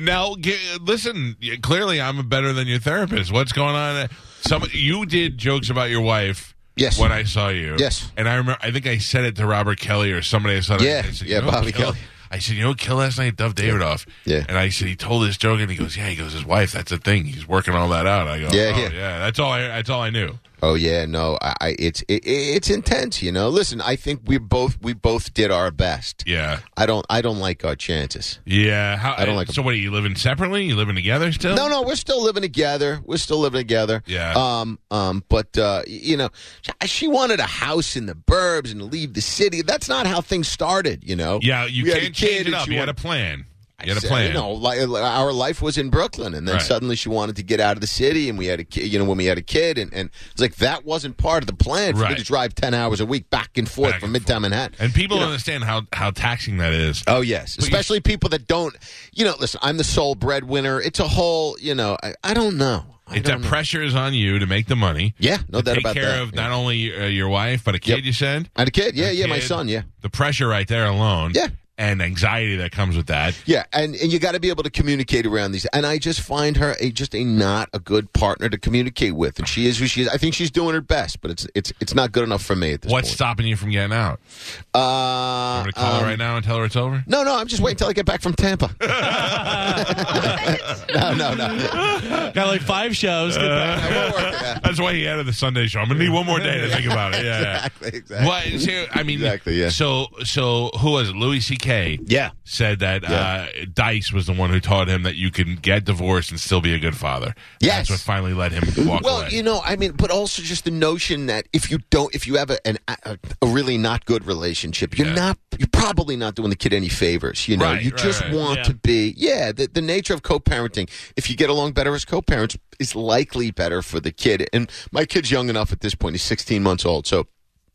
S1: Now, g- listen. y- Clearly, I'm better than your therapist. What's going on? Some you did jokes about your wife.
S3: Yes.
S1: When I saw you.
S3: Yes.
S1: And I remember. I think I said it to Robert Kelly or somebody. I saw.
S3: Yeah,
S1: I said,
S3: yeah,
S1: you know,
S3: Bobby
S1: kill,
S3: Kelly.
S1: I said, you know, kill last night, Dove Davidoff.
S3: Yeah.
S1: And I said, he told this joke, and he goes, yeah. He goes, his wife. That's a thing. He's working all that out. I go,
S3: Yeah,
S1: oh,
S3: yeah.
S1: yeah. That's all. I, that's all I knew.
S3: Oh yeah, no, I, I it's it, it's intense. You know, listen. I think we both we both did our best.
S1: Yeah.
S3: I don't. I don't like our chances.
S1: Yeah. How,
S3: I don't like
S1: So, what are you living separately? You living together still?
S3: No, no, we're still living together. We're still living together.
S1: Yeah.
S3: Um. Um. But uh, y- you know, sh- she wanted a house in the burbs and to leave the city. That's not how things started. You know.
S1: Yeah, you
S3: We had a
S1: can't
S3: kid
S1: change it
S3: and
S1: up.
S3: she
S1: You had a
S3: wanted-
S1: plan. You
S3: I
S1: had a
S3: said,
S1: plan.
S3: You know, li- li- our life was in Brooklyn, and then
S1: Right.
S3: suddenly she wanted to get out of the city, and we had a kid. You know, when we had a kid, and and it's like that wasn't part of the plan for me
S1: Right.
S3: to drive ten hours a week back and forth
S1: Back
S3: from
S1: and
S3: Midtown Manhattan.
S1: And people
S3: You know-
S1: don't understand how, how taxing that is.
S3: Oh yes,
S1: you-
S3: especially people that don't. You know, listen. I'm the sole breadwinner. It's a whole. You know, I, I don't know. I
S1: If
S3: don't
S1: that
S3: know.
S1: pressure is on you to make the money.
S3: Yeah, no
S1: to
S3: doubt
S1: take
S3: about
S1: care
S3: that.
S1: of
S3: Yeah.
S1: not only uh, your wife but a kid
S3: Yep.
S1: you send.
S3: I had a kid. Yeah,
S1: a
S3: yeah, my
S1: kid.
S3: son. Yeah,
S1: The pressure right there alone.
S3: Yeah.
S1: and anxiety that comes with that.
S3: Yeah, and, and you got to be able to communicate around these. And I just find her a, just a not a good partner to communicate with. And she is who she is. I think she's doing her best, but it's it's it's not good enough for me at this
S1: What's
S3: point.
S1: stopping you from getting out? I'm
S3: Uh,
S1: going to call
S3: um,
S1: her right now and tell her it's over.
S3: No, no, I'm just waiting until I get back from Tampa. no, no, no.
S2: Got like five shows.
S3: I won't work there.
S1: That's why he added the Sunday show. I'm gonna need one more day to think about it. Yeah,
S3: Exactly, exactly.
S1: What? so, I mean,
S3: Exactly, yeah.
S1: So, so who was it? Louis C.K.
S3: Yeah.
S1: said that
S3: Yeah.
S1: uh, Dice was the one who taught him that you can get divorced and still be a good father.
S3: Yes.
S1: that's what finally let him walk
S3: Well,
S1: away.
S3: you know, I mean, but also just the notion that if you don't, if you have a an, a, a really not good relationship, you're
S1: Yeah.
S3: not, you're probably not doing the kid any favors. You know,
S1: Right,
S3: you
S1: right,
S3: just
S1: right.
S3: want
S2: Yeah.
S3: to be, yeah. The, the nature of co-parenting, if you get along better as co-parents, is likely better for the kid. And my kid's young enough at this point; he's 16 months old, so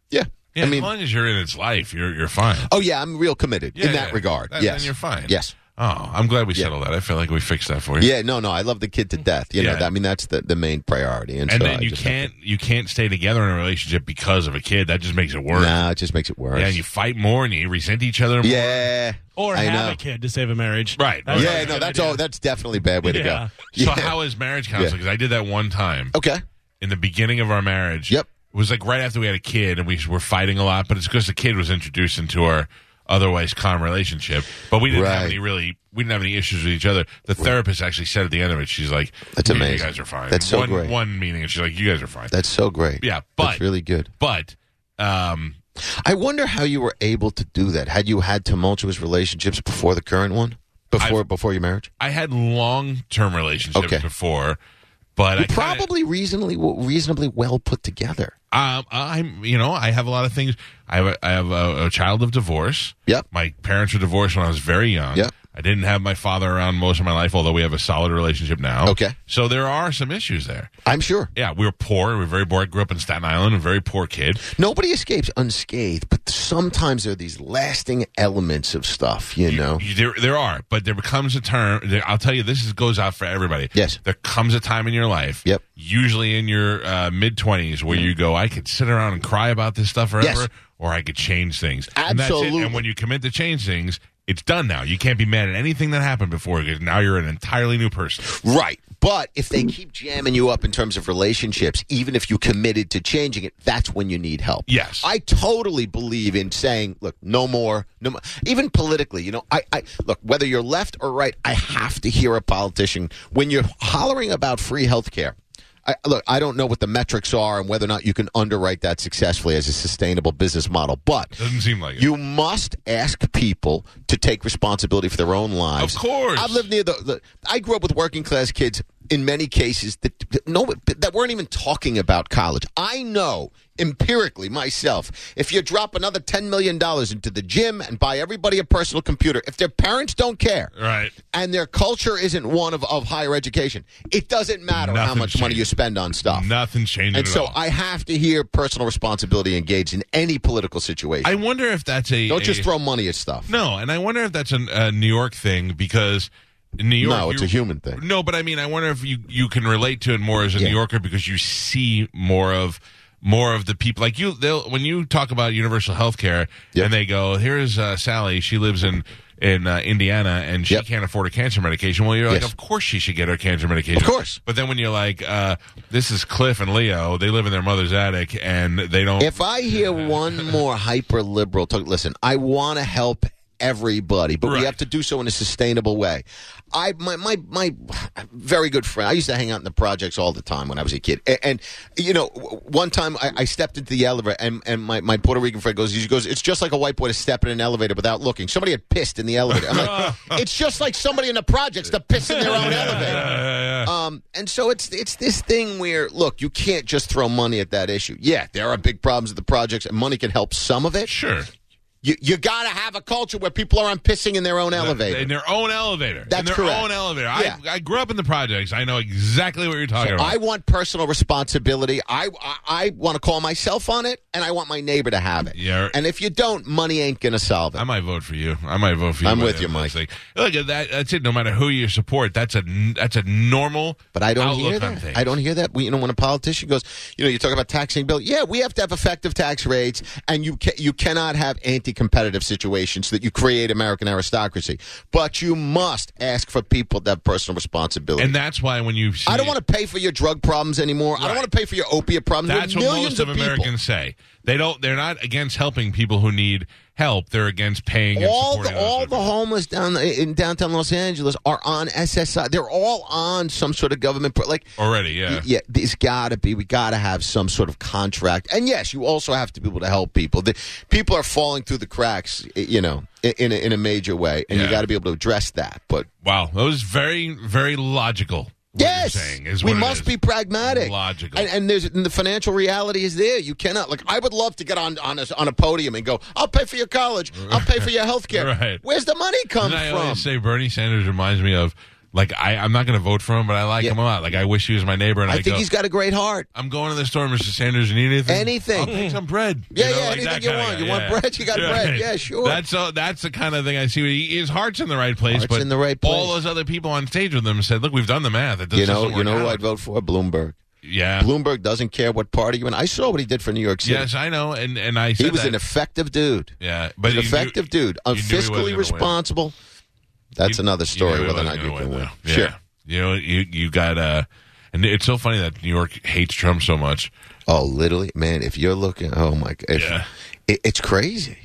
S3: yeah.
S1: yeah,
S3: I mean,
S1: as long as you're in its life, you're you're fine.
S3: oh yeah, I'm real committed
S1: Yeah,
S3: in that
S1: yeah.
S3: regard.
S1: Then-
S3: yes,
S1: then you're fine.
S3: Yes.
S1: Oh, I'm glad we
S3: Yeah.
S1: settled that. I feel like we fixed that for you.
S3: Yeah, no, no. I love the kid to death. You know,
S1: Yeah.
S3: that- I mean, that's the, the main priority. And,
S1: And
S3: so
S1: then
S3: I
S1: you
S3: just have
S1: can't you can't stay together in a relationship because of a kid. That just makes it
S3: to-
S1: worse.
S3: Nah, it just makes it worse.
S1: Yeah, and you fight more and you resent each other more.
S3: yeah.
S2: Or
S3: I
S2: have
S3: know.
S2: a kid to save a marriage.
S1: Right.
S2: That's
S3: Yeah,
S2: a
S3: no,
S2: good
S3: that's
S2: idea.
S3: all. That's definitely a bad way to go.
S2: Yeah.
S1: So
S3: Yeah.
S1: how is marriage counseling? Because I did that one time
S3: Okay.
S1: in the beginning of our marriage.
S3: Yep.
S1: It was like right after we had a kid and we were fighting a lot, but it's because the kid was introduced into our otherwise calm relationship. But we didn't have
S3: Right.
S1: any really, we didn't have any issues with each other. The therapist actually said at the end of it, she's like,
S3: That's
S1: "You- You
S3: amazing.
S1: guys are fine.
S3: That's so
S1: one,
S3: great.
S1: One meeting, and she's like, you guys are fine.
S3: That's so great.
S1: yeah,
S3: that's
S1: but
S3: really good.
S1: but um,
S3: I wonder how you were able to do that. Had you had tumultuous relationships before the current one? Before before your marriage?
S1: I had long term relationships
S3: Okay.
S1: before, but I
S3: You
S1: kinda-
S3: probably reasonably reasonably well put together.
S1: Um, I'm, you know, I have a lot of things. I have, a, I have a, a child of divorce.
S3: Yep.
S1: My parents were divorced when I was very young.
S3: Yep.
S1: I didn't have my father around most of my life, although we have a solid relationship now.
S3: Okay.
S1: So there are some issues there.
S3: I'm sure.
S1: Yeah, we were poor. We were very poor. I grew up in Staten Island, a very poor kid.
S3: Nobody escapes unscathed, but sometimes there are these lasting elements of stuff, you know.
S1: You- there, there are, but there becomes a term. There, I'll tell you, this is, goes out for everybody.
S3: Yes.
S1: There comes a time in your life,
S3: Yep. Mm-hmm.
S1: usually in your uh, mid 20s, where you go, I could sit around and cry about this stuff forever,
S3: Yes.
S1: or I could change things. And that's it.
S3: Absolutely.
S1: And when you commit to change things, it's done now. You can't be mad at anything that happened before because now you're an entirely new person.
S3: Right. But if they keep jamming you up in terms of relationships, even if you committed to changing it, that's when you need help.
S1: Yes.
S3: I totally believe in saying, look, no more, no more. Even politically, you know, I, I look, whether you're left or right, I have to hear a politician when you're hollering about free health care. I, look, I don't know what the metrics are and whether or not you can underwrite that successfully as a sustainable business model, but
S1: Doesn't seem like it.
S3: you must ask people to take responsibility for their own lives.
S1: Of course.
S3: I've lived near the, the. I grew up with working class kids. In many cases, that that no, that weren't even talking about college. I know empirically myself. If you drop another ten million dollars into the gym and buy everybody a personal computer, if their parents don't care,
S1: right.
S3: and their culture isn't one of, of higher education, it doesn't matter how
S1: Nothing's
S3: much money
S1: changed.
S3: you spend on stuff.
S1: Nothing's changing
S3: And
S1: at
S3: so
S1: all.
S3: I have to hear personal responsibility engaged in any political situation.
S1: I wonder if that's a.
S3: Don't
S1: a-
S3: just throw money at stuff.
S1: No, and I wonder if that's an, a New York thing because in New York.
S3: No, it's
S1: you-
S3: a human thing.
S1: No, but I mean, I wonder if you you can relate to it more as a
S3: Yeah.
S1: New Yorker because you see more of more of the people like you. They'll when you talk about universal health care
S3: Yep.
S1: and they go, "Here's uh, Sally. She lives in." In uh, Indiana, and she
S3: Yep.
S1: can't afford a cancer medication. Well, you're like,
S3: Yes.
S1: of course she should get her cancer medication.
S3: Of course.
S1: But then when you're like, uh, this is Cliff and Leo, they live in their mother's attic and they don't.
S3: If I hear one more hyper liberal talk, listen, I want to help everybody, but
S1: Right.
S3: we have to do so in a sustainable way. I my, my my very good friend. I used to hang out in the projects all the time when I was a kid, and, and you know, w- one time I, I stepped into the elevator, and, and my, my Puerto Rican friend goes, he goes, it's just like a white boy to step in an elevator without looking. Somebody had pissed in the elevator. I'm like, it's just like somebody in the projects to piss in their own elevator. Um, and so it's it's this thing where look, you can't just throw money at that issue. Yeah, there are big problems with the projects, and money can help some of it.
S1: sure.
S3: You you got to have a culture where people aren't pissing in their own elevator.
S1: In their own elevator. in
S3: That's
S1: their
S3: correct.
S1: own elevator.
S3: Yeah.
S1: I, I grew up in the projects. I know exactly what you're talking about.
S3: I want personal responsibility. I I, I want to call myself on it, and I want my neighbor to have it.
S1: Yeah.
S3: And if you don't, money ain't gonna solve it.
S1: I might vote for you. I might vote for you.
S3: I'm
S1: by
S3: with
S1: the
S3: you,
S1: end of this
S3: Mike.
S1: thing. Look at that. That's it. No matter who you support, that's a n- that's a normal.
S3: But I don't
S1: outlook
S3: hear
S1: on
S3: that.
S1: things.
S3: I don't hear that. We, you know, when a politician goes, you know, you talk about taxing bill. Yeah, we have to have effective tax rates, and you ca- you cannot have anti competitive situation so that you create American aristocracy. But you must ask for people to have personal responsibility.
S1: And that's why when you see
S3: I don't want to pay for your drug problems anymore. I don't want to pay for your opiate problems. There are
S1: That's what most
S3: millions
S1: of,
S3: people.
S1: Americans say. They don't. They're not against helping people who need help. They're against paying
S3: all
S1: and supporting
S3: the
S1: those
S3: all
S1: other
S3: the
S1: people.
S3: homeless down in downtown Los Angeles are on SSI. They're all on some sort of government pro- like
S1: already. Yeah.
S3: yeah, there's got to be. We got to have some sort of contract. And yes, you also have to be able to help people. The, people are falling through the cracks, i- you know, i- in a, in a major way, and
S1: Yeah.
S3: you got to be able to address that. But
S1: Wow, that was very very logical. What
S3: yes,
S1: you're saying is
S3: we
S1: what it
S3: must
S1: is.
S3: be pragmatic,
S1: Logical.
S3: and, and there's and the financial reality is there. You cannot like. I would love to get on on a, on a podium and go, "I'll pay for your college. I'll pay for your health care."
S1: Right.
S3: Where's the money come
S1: And I
S3: from?
S1: always say Bernie Sanders reminds me of like I I'm not going to vote for him, but I like
S3: Yeah.
S1: him a lot. Like I wish he was my neighbor, and I,
S3: I think
S1: go,
S3: he's got a great heart.
S1: I'm going to the store, Mr. Sanders. You need anything?
S3: Anything.
S1: I'll take some bread.
S3: Yeah, yeah,
S1: that
S3: anything you
S1: kinda
S3: want.
S1: guy.
S3: You want bread? You got bread. Yeah, sure.
S1: That's all, that's the kind of thing I see. He- His heart's in the right place,
S3: Heart's
S1: but
S3: in the right place.
S1: all those other people on stage with him said, "Look, we've done the math. It doesn't,
S3: You know,
S1: doesn't work
S3: you know who
S1: out.
S3: I'd vote for? Bloomberg.
S1: Yeah.
S3: Bloomberg doesn't care what party you're in. I saw what he did for New York City.
S1: Yes, I know, and and I said
S3: he was
S1: that.
S3: an effective dude.
S1: yeah, but
S3: an
S1: you knew-
S3: effective dude.
S1: you
S3: Uh,
S1: knew he wasn't
S3: fiscally
S1: gonna win.
S3: responsible. That's
S1: You-
S3: another
S1: you
S3: story
S1: knew he
S3: whether or not
S1: wasn't
S3: you
S1: gonna
S3: can win.
S1: though. Yeah.
S3: Sure.
S1: You know, you you got uh, and it's so funny that New York hates Trump so much.
S3: Oh, literally, man. If you're looking, oh my god,
S1: Yeah.
S3: it, it's crazy.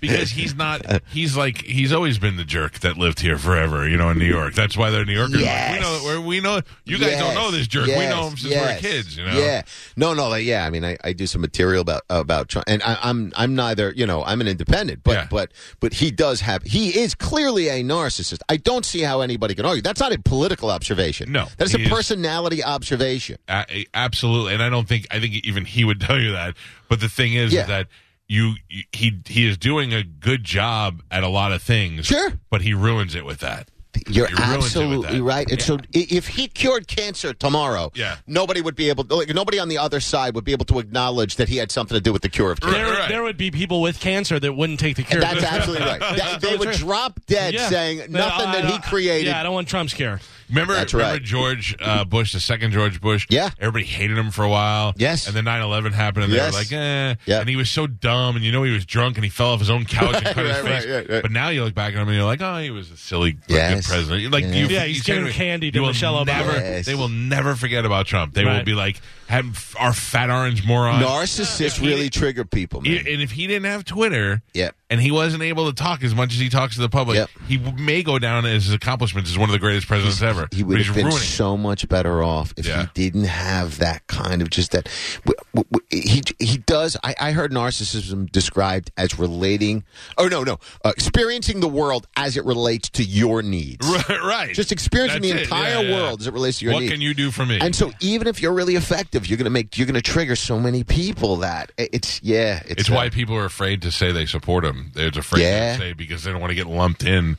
S1: because he's not he's like he's always been the jerk that lived here forever you know in new york that's why they're new yorkers like, we
S3: Yes.
S1: know we're, we know you guys
S3: Yes,
S1: don't know this jerk we
S3: yes,
S1: know him since
S3: yes,
S1: we're kids you know
S3: Yeah. No, no, like, yeah. I mean, I, I do some material about about Trump, and I, I'm I'm neither. You know, I'm an independent, but
S1: Yeah.
S3: but but he does have. He is clearly a narcissist. I don't see how anybody can argue. That's not a political observation.
S1: No,
S3: that's a
S1: he is-
S3: personality observation.
S1: A- absolutely and i don't think i think even he would tell you that but the thing is, is
S3: Yeah.
S1: that you, you he he is doing a good job at a lot of things
S3: Sure.
S1: but he ruins it with that
S3: You're
S1: He ruins it with
S3: absolutely
S1: that.
S3: right. And so, i- if he cured cancer tomorrow,
S1: Yeah.
S3: nobody would be able. To, like, nobody on the other side would be able to acknowledge that he had something to do with the cure of cancer.
S1: Right,
S2: There,
S1: right.
S2: there would be people with cancer that wouldn't take the cure.
S3: That's absolutely right. They, they
S2: Those
S3: would
S2: are-
S3: drop dead
S2: Yeah.
S3: saying
S2: No,
S3: nothing
S2: I
S3: that he
S2: don't-
S3: created.
S2: Yeah, I don't want Trump's cure.
S1: Remember,
S3: That's
S1: remember
S3: right.
S1: George uh, Bush, the second George Bush?
S3: Yeah.
S1: Everybody hated him for a while.
S3: Yes.
S1: And then 9 11 happened, and
S3: Yes.
S1: they were like, eh.
S3: Yeah.
S1: And he was so dumb, and you know he was drunk, and he fell off his own couch and cut his
S3: right,
S1: face.
S3: right, right.
S1: But now you look back at him, and you're like, oh, he was a silly like,
S3: Yes.
S1: good president. Like, you,
S2: Yeah,
S1: you
S2: he's
S1: say
S2: giving
S1: me,
S2: candy to
S1: you will
S2: Michelle Obama.
S1: Never,
S3: Yes.
S1: They will never forget about Trump. They will
S2: Right.
S1: be like, have our fat orange moron.
S3: Narcissists really trigger people, man.
S1: And if he didn't have Twitter,
S3: Yep.
S1: and he wasn't able to talk as much as he talks to the public,
S3: Yep.
S1: he may go down as his accomplishments as one of the greatest presidents ever.
S3: he
S1: But
S3: would
S1: he's
S3: have been
S1: ruining it.
S3: so much better off if
S1: Yeah.
S3: he didn't have that kind of just that. w- w- w- He he does. I, I heard narcissism described as relating. Oh no no, uh, experiencing the world as it relates to your needs.
S1: Right, right.
S3: Just experiencing
S1: That's
S3: the
S1: it.
S3: entire
S1: Yeah, yeah.
S3: world as it relates to your
S1: What
S3: needs.
S1: can you do for me?
S3: And so, even if you're really effective, you're gonna make you're gonna trigger so many people that it- it's yeah. It's,
S1: it's
S3: uh,
S1: why people are afraid to say they support him. They're afraid
S3: Yeah.
S1: to say because they don't want to get lumped in.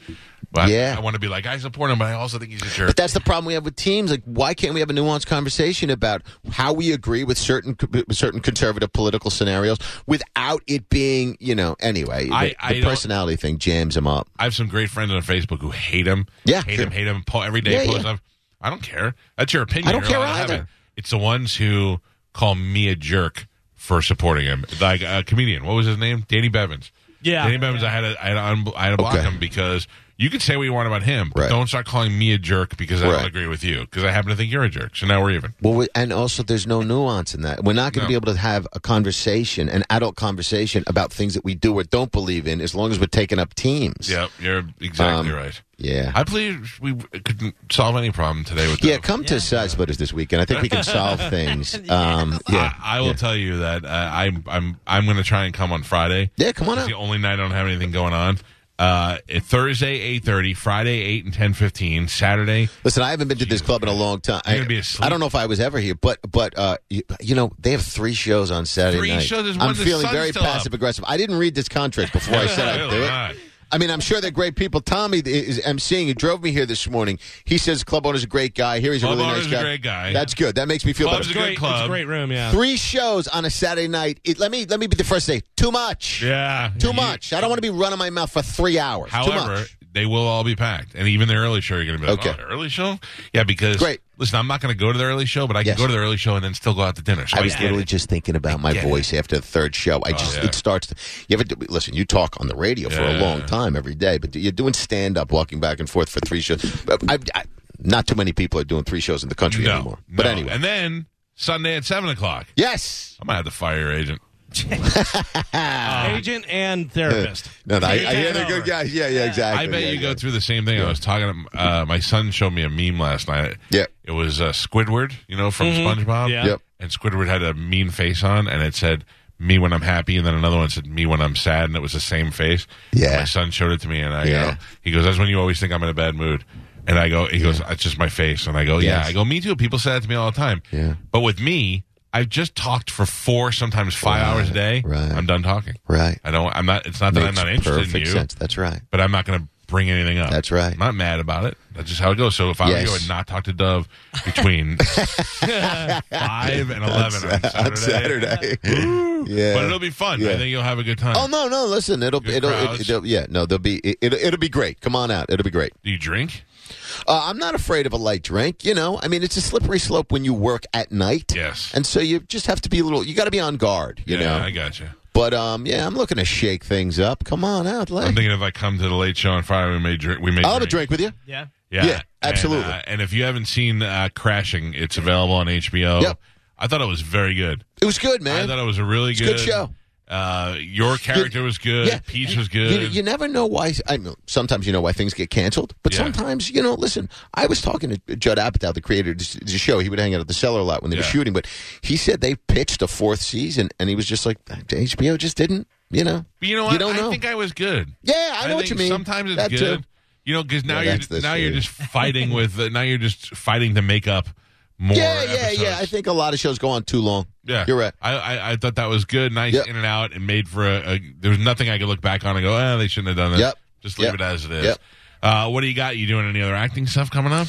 S1: But
S3: Yeah.
S1: I, want to be like I support him, but I also think he's a jerk.
S3: But that's the problem we have with teams. Like, why can't we have a nuanced conversation about how we agree with certain with certain conservative political scenarios without it being, you know, anyway, the,
S1: I- I
S3: the
S1: don't-
S3: personality thing jams them up.
S1: I have some great friends on Facebook who hate him.
S3: Yeah,
S1: hate
S3: sure.
S1: him, hate him. po- Every day
S3: Yeah,
S1: post
S3: yeah.
S1: up. I don't care. That's your opinion.
S3: I don't
S1: You're
S3: care
S1: allowed to have
S3: either.
S1: it. It's the ones who call me a jerk for supporting him. Like a comedian. What was his name? Danny Bevins.
S2: Yeah.
S1: Danny Bevins. I had a, I had, a, unbl- I had to block
S3: Okay.
S1: him because you can say what you want about him, but
S3: Right.
S1: don't start calling me a jerk because I
S3: Right.
S1: don't agree with you because I happen to think you're a jerk. So now we're even.
S3: Well, we, and also there's no nuance in that. We're not going to be able to have a conversation, an adult conversation about things that we do or don't believe in, as long as we're taking up teams.
S1: Yep, you're exactly
S3: Um,
S1: right.
S3: Yeah.
S1: I believe we couldn't solve any problem today with
S3: yeah,
S1: that.
S3: come to Size Butters this weekend. I think we can solve things. Um, yeah,
S1: I, I will tell you that uh, I'm I'm I'm going to try and come on Friday.
S3: yeah, come on
S1: It's
S3: out.
S1: the only night I don't have anything going on. Uh, it- Thursday eight thirty, Friday eight and ten fifteen, Saturday.
S3: Listen, I haven't been to this club in a long time.
S1: You're
S3: I,
S1: gonna be asleep.
S3: I don't know if I was ever here, but but uh, you, you know they have three shows on Saturday
S1: Three
S3: night.
S1: shows? There's one
S3: I'm
S1: the
S3: feeling
S1: sun's
S3: very
S1: still up.
S3: passive aggressive. I didn't read this contract before I said I'd do
S1: Really?
S3: it.
S1: All right.
S3: I mean, I'm sure they're great people. Tommy is emceeing. He drove me here this morning. He says club owner's a great guy. Here he's
S1: Club
S3: a really
S1: owner's
S3: nice
S1: a
S3: guy.
S1: great guy.
S3: That's good. That makes me feel
S1: Club's a
S3: better.
S1: good
S2: Great, It's
S1: club.
S2: a great room, yeah.
S3: Three shows on a Saturday night. It, let me let me be the first to say too much.
S1: Yeah,
S3: Too
S1: You-
S3: much. I don't want to be running my mouth for three hours. too
S1: However,
S3: much.
S1: they will all be packed, and even the early show you're going to be like,
S3: Okay.
S1: oh, the early show, yeah, because
S3: Great.
S1: Listen, I'm not going to go to the early show, but I can
S3: Yes.
S1: go to the early show and then still go out to dinner. So
S3: I was
S1: get
S3: literally
S1: it.
S3: just thinking about my
S1: get Oh,
S3: voice after the third show. I just
S1: yeah.
S3: it starts to you ever do- listen. You talk on the radio for a
S1: Yeah.
S3: long time every day, but you're doing stand up, walking back and forth for three shows. But I, I, not too many people are doing three shows in the country
S1: no,
S3: anymore. But
S1: no.
S3: anyway,
S1: and then Sunday at seven o'clock,
S3: yes.
S1: I might have to fire your agent.
S2: Agent and therapist.
S3: No, no, I,
S2: Take
S3: I
S2: that
S3: hear they're
S2: over.
S3: good guys. Yeah, yeah, exactly.
S1: I bet
S3: Yeah,
S1: you
S3: yeah.
S1: go through the same thing. I was talking to uh, my son. Showed me a meme last night.
S3: Yeah.
S1: it was uh, Squidward. You know from SpongeBob.
S2: Yeah.
S3: Yep.
S1: and Squidward had a mean face on, and it said "me when I'm happy," and then another one said "me when I'm sad," and it was the same face.
S3: Yeah.
S1: And my son showed it to me, and I
S3: Yeah.
S1: go, he goes, "That's when you always think I'm in a bad mood." And I go, he goes, "That's just my face," and I go, "Yeah."
S3: Yes.
S1: I go, "Me too." People say that to me all the time.
S3: Yeah.
S1: but with me. I've just talked for four, sometimes five hours a day.
S3: right.
S1: I'm done talking.
S3: Right.
S1: I don't. I'm not. It's not that
S3: Makes
S1: I'm not interested in
S3: perfect
S1: you
S3: sense. That's right.
S1: but I'm not going to bring anything up.
S3: That's right.
S1: I'm not mad about it. That's just how it goes. So if I were
S3: Yes.
S1: you, I'd not talk to Dove between five and eleven on Saturday.
S3: On Saturday. yeah.
S1: But it'll be fun. I
S3: Yeah.
S1: think you'll have a good time.
S3: Oh no no! Listen, it'll
S1: Good
S3: it'll,
S1: crowds.
S3: it'll yeah no there'll be it, it'll, it'll be great. Come on out, it'll be great.
S1: Do you drink?
S3: Uh, I'm not afraid of a light drink. You know, I mean, it's a slippery slope when you work at night.
S1: Yes.
S3: and so you just have to be a little. You got to be on guard. You
S1: yeah,
S3: know,
S1: I got you.
S3: but um, yeah, I'm looking to shake things up. Come on out,
S1: I'm
S3: like
S1: thinking if I come to the late show on Friday, we may drink. We may.
S3: I'll have a drink with you.
S2: Yeah.
S1: Yeah,
S3: Yeah, absolutely.
S1: And, uh, and if you haven't seen uh, Crashing, it's available on HBO.
S3: Yep.
S1: I thought it was very good.
S3: It was good,
S1: I
S3: man.
S1: thought it was a really
S3: a
S1: good,
S3: good show.
S1: Uh, your character was good.
S3: Yeah.
S1: Peach was
S3: You,
S1: good.
S3: you never know why. I mean, sometimes you know why things get canceled, but
S1: Yeah.
S3: sometimes you know. Listen, I was talking to Judd Apatow, the creator of this- the show. He would hang out at the cellar a lot when they were
S1: Yeah.
S3: shooting, but he said they pitched a fourth season, and he was just like, HBO just didn't. You know,
S1: But you know what?
S3: You don't
S1: I
S3: know.
S1: think I was good.
S3: Yeah, I know what
S1: think
S3: you mean.
S1: Sometimes it's
S3: That
S1: good.
S3: too.
S1: You know, because now
S3: Yeah, that's
S1: you're
S3: the
S1: now you're
S3: theory.
S1: just fighting with uh, now you're just fighting to make up more.
S3: yeah, yeah,
S1: episodes.
S3: yeah. I think a lot of shows go on too long.
S1: Yeah,
S3: You're right.
S1: I, I I thought that was good, nice
S3: Yep.
S1: in and out, and made for a, a. There was nothing I could look back on and go, "Ah, they shouldn't have done that."
S3: Yep.
S1: Just leave
S3: Yep.
S1: it as it is.
S3: Yep.
S1: Uh, what do you got? You doing any other acting stuff coming up?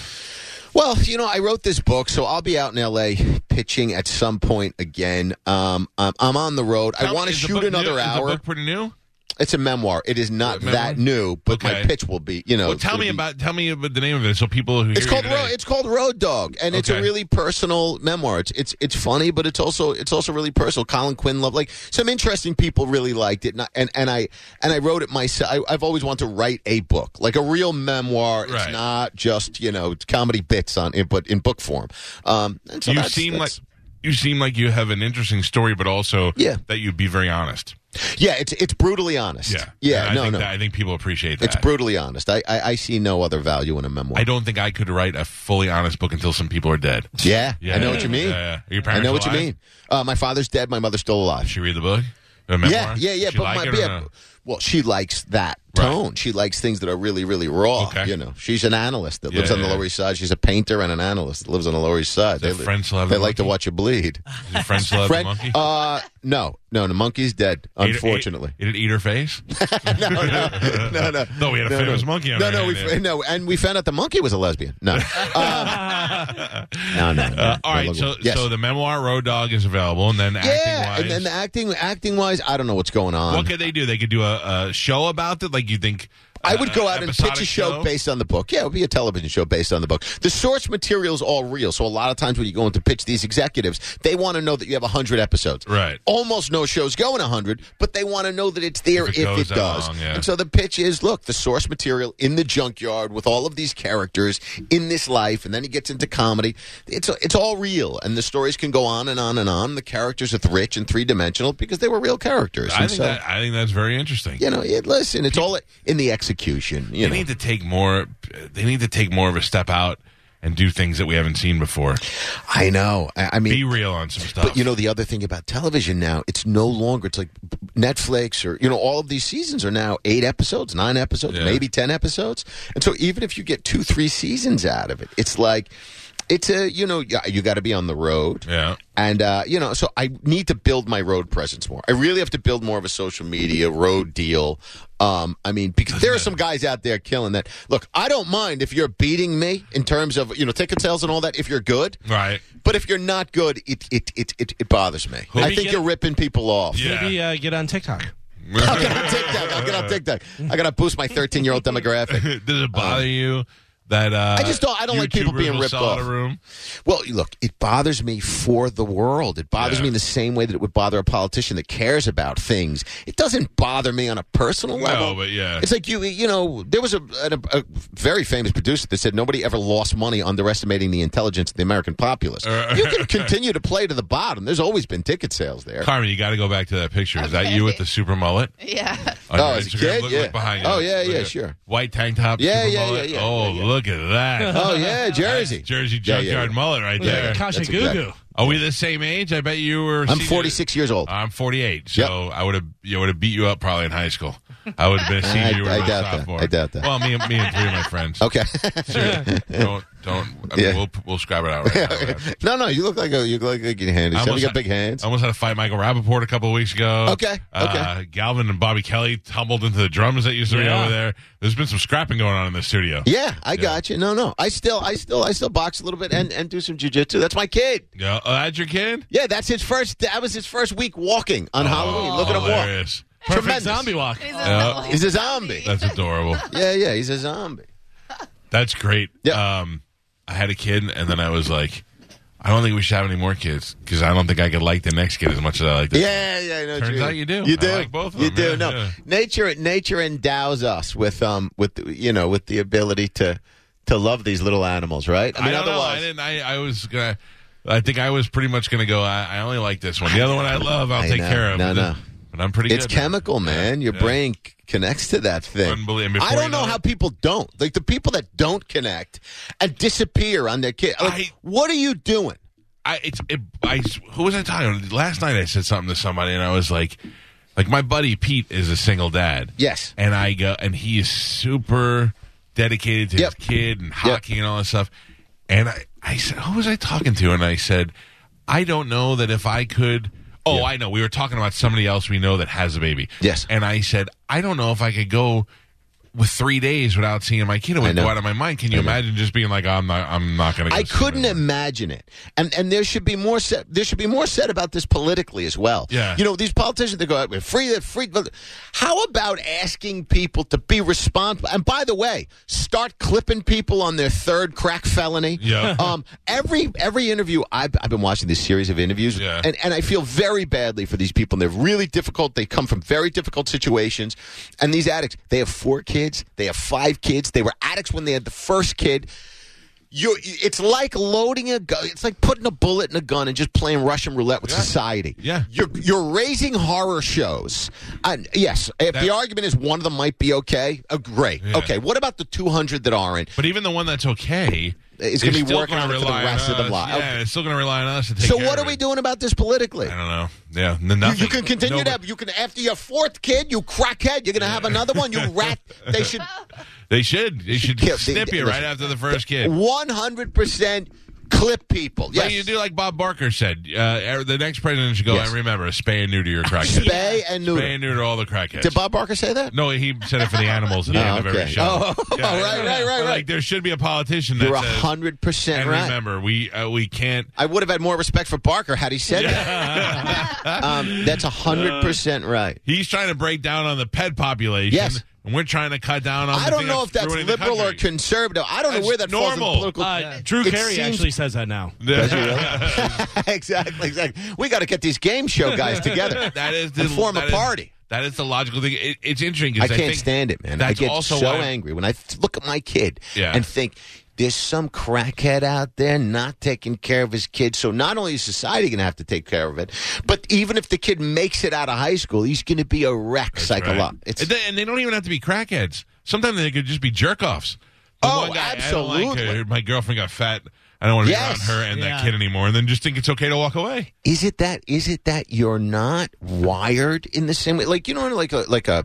S3: Well, you know, I wrote this book, so I'll be out in L.A. pitching at some point again. Um, I'm, I'm on the road. I
S1: Tell-
S3: want to
S1: is the
S3: shoot
S1: book
S3: another
S1: new? Is the
S3: hour.
S1: book pretty new.
S3: It's a memoir. It is not
S1: Memoir?
S3: that new, but my
S1: Okay.
S3: pitch will be. You know,
S1: Well, tell
S3: it'll
S1: me
S3: be-
S1: about tell me about the name of it, so people who
S3: It's
S1: hear
S3: called
S1: you today-
S3: Road, it's called Road Dog, and it's a
S1: Okay.
S3: really personal memoir. It's it's it's funny, but it's also it's also really personal. Colin Quinn loved like some interesting people really liked it, and I, and, and I and I wrote it myself. I, I've always wanted to write a book, like a real memoir. It's
S1: Right.
S3: not just you know it's comedy bits on it, but in book form. Um, and so
S1: you
S3: that's-
S1: seem
S3: that's-
S1: like you seem like you have an interesting story, but also
S3: Yeah.
S1: that you'd be very honest.
S3: yeah, it's it's brutally honest.
S1: Yeah,
S3: yeah,
S1: And I
S3: no,
S1: think
S3: no,
S1: that- I think people appreciate that.
S3: it's brutally honest. I, I I see no other value in a memoir.
S1: I don't think I could write a fully honest book until some people are dead.
S3: yeah, I know what you mean.
S1: Yeah, yeah. Are your
S3: I
S1: parents
S3: know what you
S1: alive?
S3: mean. Uh, my father's dead. My mother's still alive.
S1: Did she read the book? The
S3: Yeah,
S1: memoir?
S3: yeah, yeah.
S1: Did she
S3: but
S1: like
S3: my,
S1: it or
S3: yeah,
S1: no?
S3: well, she likes that
S1: Right.
S3: tone. She likes things that are really, really raw.
S1: Okay.
S3: You know, she's an analyst that
S1: Yeah,
S3: lives on the
S1: yeah.
S3: Lower East Side. She's a painter and an analyst that lives on the Lower East Side.
S1: that
S3: li-
S1: French Love
S3: They
S1: the
S3: like to
S1: Monkey?
S3: watch you bleed.
S1: Did your friends love the
S3: Fred,
S1: monkey?
S3: uh, no, no, the monkey's dead.
S1: Ate-
S3: Unfortunately.
S1: ate- did it eat her face?
S3: no, no, no.
S1: Thought we had a
S3: no,
S1: famous
S3: no.
S1: monkey on
S3: No,
S1: our
S3: no,
S1: hand
S3: we,
S1: there.
S3: no, and we found out the monkey was a lesbian. No, um, no, no. no.
S1: Uh, all
S3: No,
S1: right,
S3: look-
S1: so
S3: yes.
S1: so the memoir Road Dog is available, and then acting
S3: yeah,
S1: wise,
S3: and then the acting, acting wise, I don't know what's going on.
S1: what could they do? They could do a, a show about it, like you think.
S3: I
S1: uh,
S3: would go out and pitch a
S1: episodic
S3: show, based on the book. Yeah, it would be a television show based on the book. The source material is all real. So a lot of times when you go in to pitch these executives, they want to know that you have 100 episodes.
S1: Right.
S3: Almost no shows go in 100, but they want to know that it's there
S1: If
S3: if
S1: it
S3: it,
S1: goes that
S3: does.
S1: long, yeah.
S3: And so the pitch is, look, the source material in the junkyard with all of these characters in this life and then he gets into comedy. It's it's all real and the stories can go on and on and on. The characters are rich and three-dimensional because they were real characters.
S1: I
S3: And
S1: think
S3: so-
S1: that I think that's very interesting.
S3: you know, it, listen, it's all in the execution. You
S1: they
S3: know.
S1: need to take more. They need to take more of a step out and do things that we haven't seen before.
S3: I know. I, I mean,
S1: Be real on some stuff.
S3: but you know, the other thing about television now, it's no longer, it's like Netflix or, you know, all of these seasons are now eight episodes, nine episodes,
S1: Yeah.
S3: maybe 10 episodes. And so even if you get two, three seasons out of it, it's like, it's a, you know, y- you got to be on the road.
S1: yeah.
S3: And, uh, you know, so I need to build my road presence more. I really have to build more of a social media road deal. Um, I mean, because there are some guys out there killing that. Look, I don't mind if you're beating me in terms of, you know, ticket sales and all that, if you're good.
S1: Right.
S3: But if you're not good, it it it it, it bothers me.
S2: Maybe
S3: I think
S2: get-
S3: you're ripping people off.
S1: Yeah.
S2: Maybe uh, get on TikTok.
S3: I'll get on TikTok. I'll get on TikTok. I gotta boost my 13 year old demographic.
S1: Does it bother you that uh,
S3: um, I just don't- I don't like people
S1: YouTubers
S3: being
S1: will
S3: ripped
S1: sell out
S3: off.
S1: a room.
S3: Well, look, it bothers me for the world. It bothers
S1: Yeah.
S3: me in the same way that it would bother a politician that cares about things. It doesn't bother me on a personal level.
S1: No, but yeah,
S3: It's like you, you know, there was a, a, a very famous producer that said nobody ever lost money underestimating the intelligence of the American populace.
S1: Uh,
S3: you can continue to play to the bottom. There's always been ticket sales there.
S1: Carmen, you got to go back to that picture. Is that you with the super mullet?
S4: Yeah.
S1: On
S3: Oh,
S1: your
S3: as a
S1: Instagram?
S3: kid?
S1: Look,
S3: Yeah.
S1: look behind you.
S3: Oh, yeah,
S1: Look
S3: yeah,
S1: at-
S3: sure.
S1: White tank top.
S3: Yeah,
S1: super
S3: yeah, yeah,
S1: mullet.
S3: yeah,
S1: Oh,
S3: yeah, yeah.
S1: look at that.
S3: Oh yeah, Jersey.
S1: Jersey
S3: Yeah,
S1: junkyard
S3: yeah, yeah.
S1: mullet right
S3: Yeah,
S1: there.
S3: yeah.
S2: Kasha
S3: that's
S2: Goo
S3: exact-
S2: Goo.
S1: Are we the same age? I bet you were.
S3: I'm
S1: senior-
S3: 46 years old.
S1: I'm 48, so I would have you would have beat you up probably in high school. I would have been a senior.
S3: I-
S1: you would have
S3: I
S1: been a
S3: doubt that.
S1: sophomore.
S3: I doubt that.
S1: Well, me and me and three of my friends.
S3: Okay.
S1: Seriously, don't don't. I mean,
S3: Yeah.
S1: we'll we'll scrap it out. Right now.
S3: no, no, you look like a you look like a hand. You got big hands.
S1: I almost had to fight Michael Rappaport a couple of weeks ago.
S3: Okay,
S1: Uh, Galvin and Bobby Kelly tumbled into the drums that used to be
S2: Yeah.
S1: over there. There's been some scrapping going on in the studio.
S3: Yeah, I got you. No, no, I still, I still, I still box a little bit and and do some jujitsu. That's my kid.
S1: Yeah. Oh, that's your kid?
S3: Yeah, that's his first. That was his first week walking on Halloween. Look at him walk.
S1: Oh, Hilarious.
S2: Perfect
S3: Tremendous.
S2: zombie walk.
S4: He's a
S1: Yeah.
S3: He's a zombie.
S1: That's adorable.
S3: Yeah, yeah, he's a zombie.
S1: That's great.
S3: Yeah.
S1: Um, I had a kid, and then I was like, I don't think we should have any more kids because I don't think I could like the next kid as much as I like this.
S3: Yeah, yeah, I know.
S1: Turns
S3: Judy.
S1: out you do.
S3: You
S1: I
S3: do.
S1: like both of
S3: you
S1: them,
S3: do.
S1: yeah,
S3: no,
S1: yeah.
S3: nature, nature endows us with um, with you know, with the ability to to love these little animals, right?
S1: I, don't know. I didn't. I, I was gonna. I think I was pretty much gonna go. I, I only like this one. The other one I love, I'll
S3: I
S1: take
S3: know.
S1: care of.
S3: No,
S1: but
S3: no.
S1: this- But I'm pretty.
S3: it's
S1: good now.
S3: chemical, man. Your
S1: yeah.
S3: brain c- connects to that thing.
S1: Unbelievable. Before
S3: I
S1: you
S3: don't
S1: know
S3: know
S1: it-
S3: how people don't like the people that don't connect and disappear on their kid. Like,
S1: I-
S3: what are you doing?
S1: I it's it, I who was I talking to? Last night I said something to somebody and I was like like my buddy Pete is a single dad.
S3: Yes.
S1: And I go and he is super dedicated to
S3: Yep.
S1: his kid and hockey and all that stuff. And I I said who was I talking to and I said I don't know that if I could Oh, I know. We were talking about somebody else we know that has a baby.
S3: Yes.
S1: And I said, I don't know if I could go with three days without seeing my kid. It would
S3: know.
S1: go out of my mind. Can you imagine just being like, I'm not, I'm not going to.
S3: I couldn't imagine it, and and there should be more said. There should be more said about this politically as well.
S1: Yeah.
S3: you know these politicians that go out with free, free. How about asking people to be responsible? And by the way, start clipping people on their third crack felony.
S1: Yeah.
S3: Um. Every every interview I've I've been watching this series of interviews,
S1: Yeah.
S3: and and I feel very badly for these people. And they're really difficult. They come from very difficult situations, and these addicts. They have four kids. They have five kids. They were addicts when they had the first kid you it's like loading a gun it's like putting a bullet in a gun and just playing russian roulette with society
S1: Yeah.
S3: you're you're raising horror shows and yes if
S1: That-
S3: the argument is one of them might be okay uh, great
S1: Yeah.
S3: okay what about the 200 that aren't
S1: But even the one that's okay
S3: It's
S1: going
S3: gonna
S1: to
S3: be working on it for the rest of the lot.
S1: Yeah,
S3: Okay.
S1: it's still going to rely on us to take
S3: so
S1: care
S3: what
S1: of
S3: are we
S1: it.
S3: doing about this politically
S1: I don't know. Yeah, n-
S3: you,
S1: nothing.
S3: you can continue
S1: No,
S3: to have you can after your fourth kid you crackhead you're gonna have another one you rat they should
S1: but They should. They should
S3: kill- they-
S1: snip
S3: they-
S1: you right
S3: listen.
S1: after the first kid.
S3: 100% clip people
S1: Like
S3: yes
S1: you do like Bob Barker said. Uh, er- the next president should go.
S3: Yes.
S1: And remember, spay and neuter your crackheads.
S3: spay and neuter
S1: Spay and neuter all the crackheads.
S3: did bob barker say that
S1: no, he said it for the animals at the
S3: Yeah.
S1: end of
S3: Okay.
S1: every show.
S3: Oh, right, right, right,
S1: But, Like
S3: right.
S1: there should be a politician that
S3: you're
S1: says.
S3: 100%
S1: And
S3: right
S1: remember, we uh, we can't.
S3: I would have had more respect for Barker had he said that. um, that's hundred
S1: Uh,
S3: percent right.
S1: He's trying to break down on the pet population.
S3: Yes.
S1: And we're trying to cut down on.
S3: I
S1: the
S3: don't
S1: thing
S3: know if that's
S1: ruining the
S3: liberal or
S1: country.
S3: conservative. I don't
S1: That's
S3: know where that
S1: normal.
S3: falls in political.
S2: Uh, Drew
S3: It
S2: Carey
S3: seems-
S2: actually says that now.
S3: exactly, exactly. We got to get these game show guys together.
S1: that is the
S3: and form
S1: that
S3: a
S1: is-
S3: party.
S1: that is the logical thing. It, it's interesting. 'cause
S3: I can't
S1: think
S3: stand it, man. I
S1: That's
S3: get
S1: also
S3: so
S1: why-
S3: angry when I th- look at my kid
S1: Yeah.
S3: and think there's some crackhead out there not taking care of his kid. So not only is society going to have to take care of it, but even if the kid makes it out of high school, he's going to be a wreck
S1: Right.
S3: psychological. It's
S1: and, they, and they don't even have to be crackheads. Sometimes they could just be jerk offs.
S3: Oh,
S1: I don't like her.
S3: absolutely.
S1: My girlfriend got fat. I don't want to
S3: Yes.
S1: be around her and that
S2: Yeah.
S1: kid anymore. And then just think it's okay to walk away.
S3: is it that is it that you're not wired in the same way like you know like a like a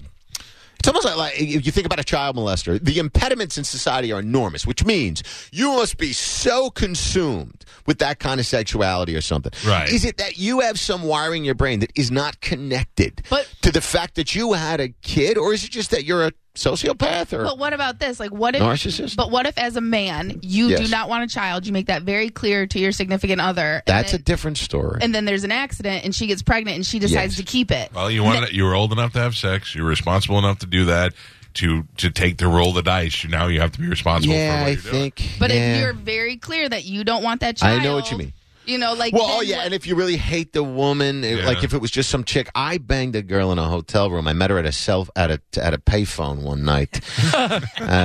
S3: it's almost like, like if you think about a child molester the impediments in society are enormous which means you must be so consumed with that kind of sexuality or something
S1: Right.
S3: is it that you have some wiring in your brain that is not connected
S4: But-
S3: to the fact that you had a kid or is it just that you're a sociopath or
S4: But what about this? Like, what if?
S3: Narcissist?
S4: But what if, as a man, you
S3: Yes.
S4: do not want a child? You make that very clear to your significant other. and
S3: that's a
S4: then-
S3: different story
S4: And then there's an accident, and she gets pregnant, and she decides
S3: Yes.
S4: to keep it.
S1: Well, you wanted, you were old enough to have sex. You were responsible enough to do that. to to take the roll of the dice. You- Now you have to be responsible
S3: yeah,
S1: for what
S3: I
S1: you're doing.
S3: think.
S4: But
S3: yeah.
S4: if you're very clear that you don't want that child,
S3: I know what you mean.
S4: You know, like
S3: Well,
S4: then
S3: oh yeah,
S4: what-
S3: and if you really hate the woman, it-
S1: Yeah.
S3: like if it was just some chick, I banged a girl in a hotel room. I met her at a self at a at a payphone one night. uh,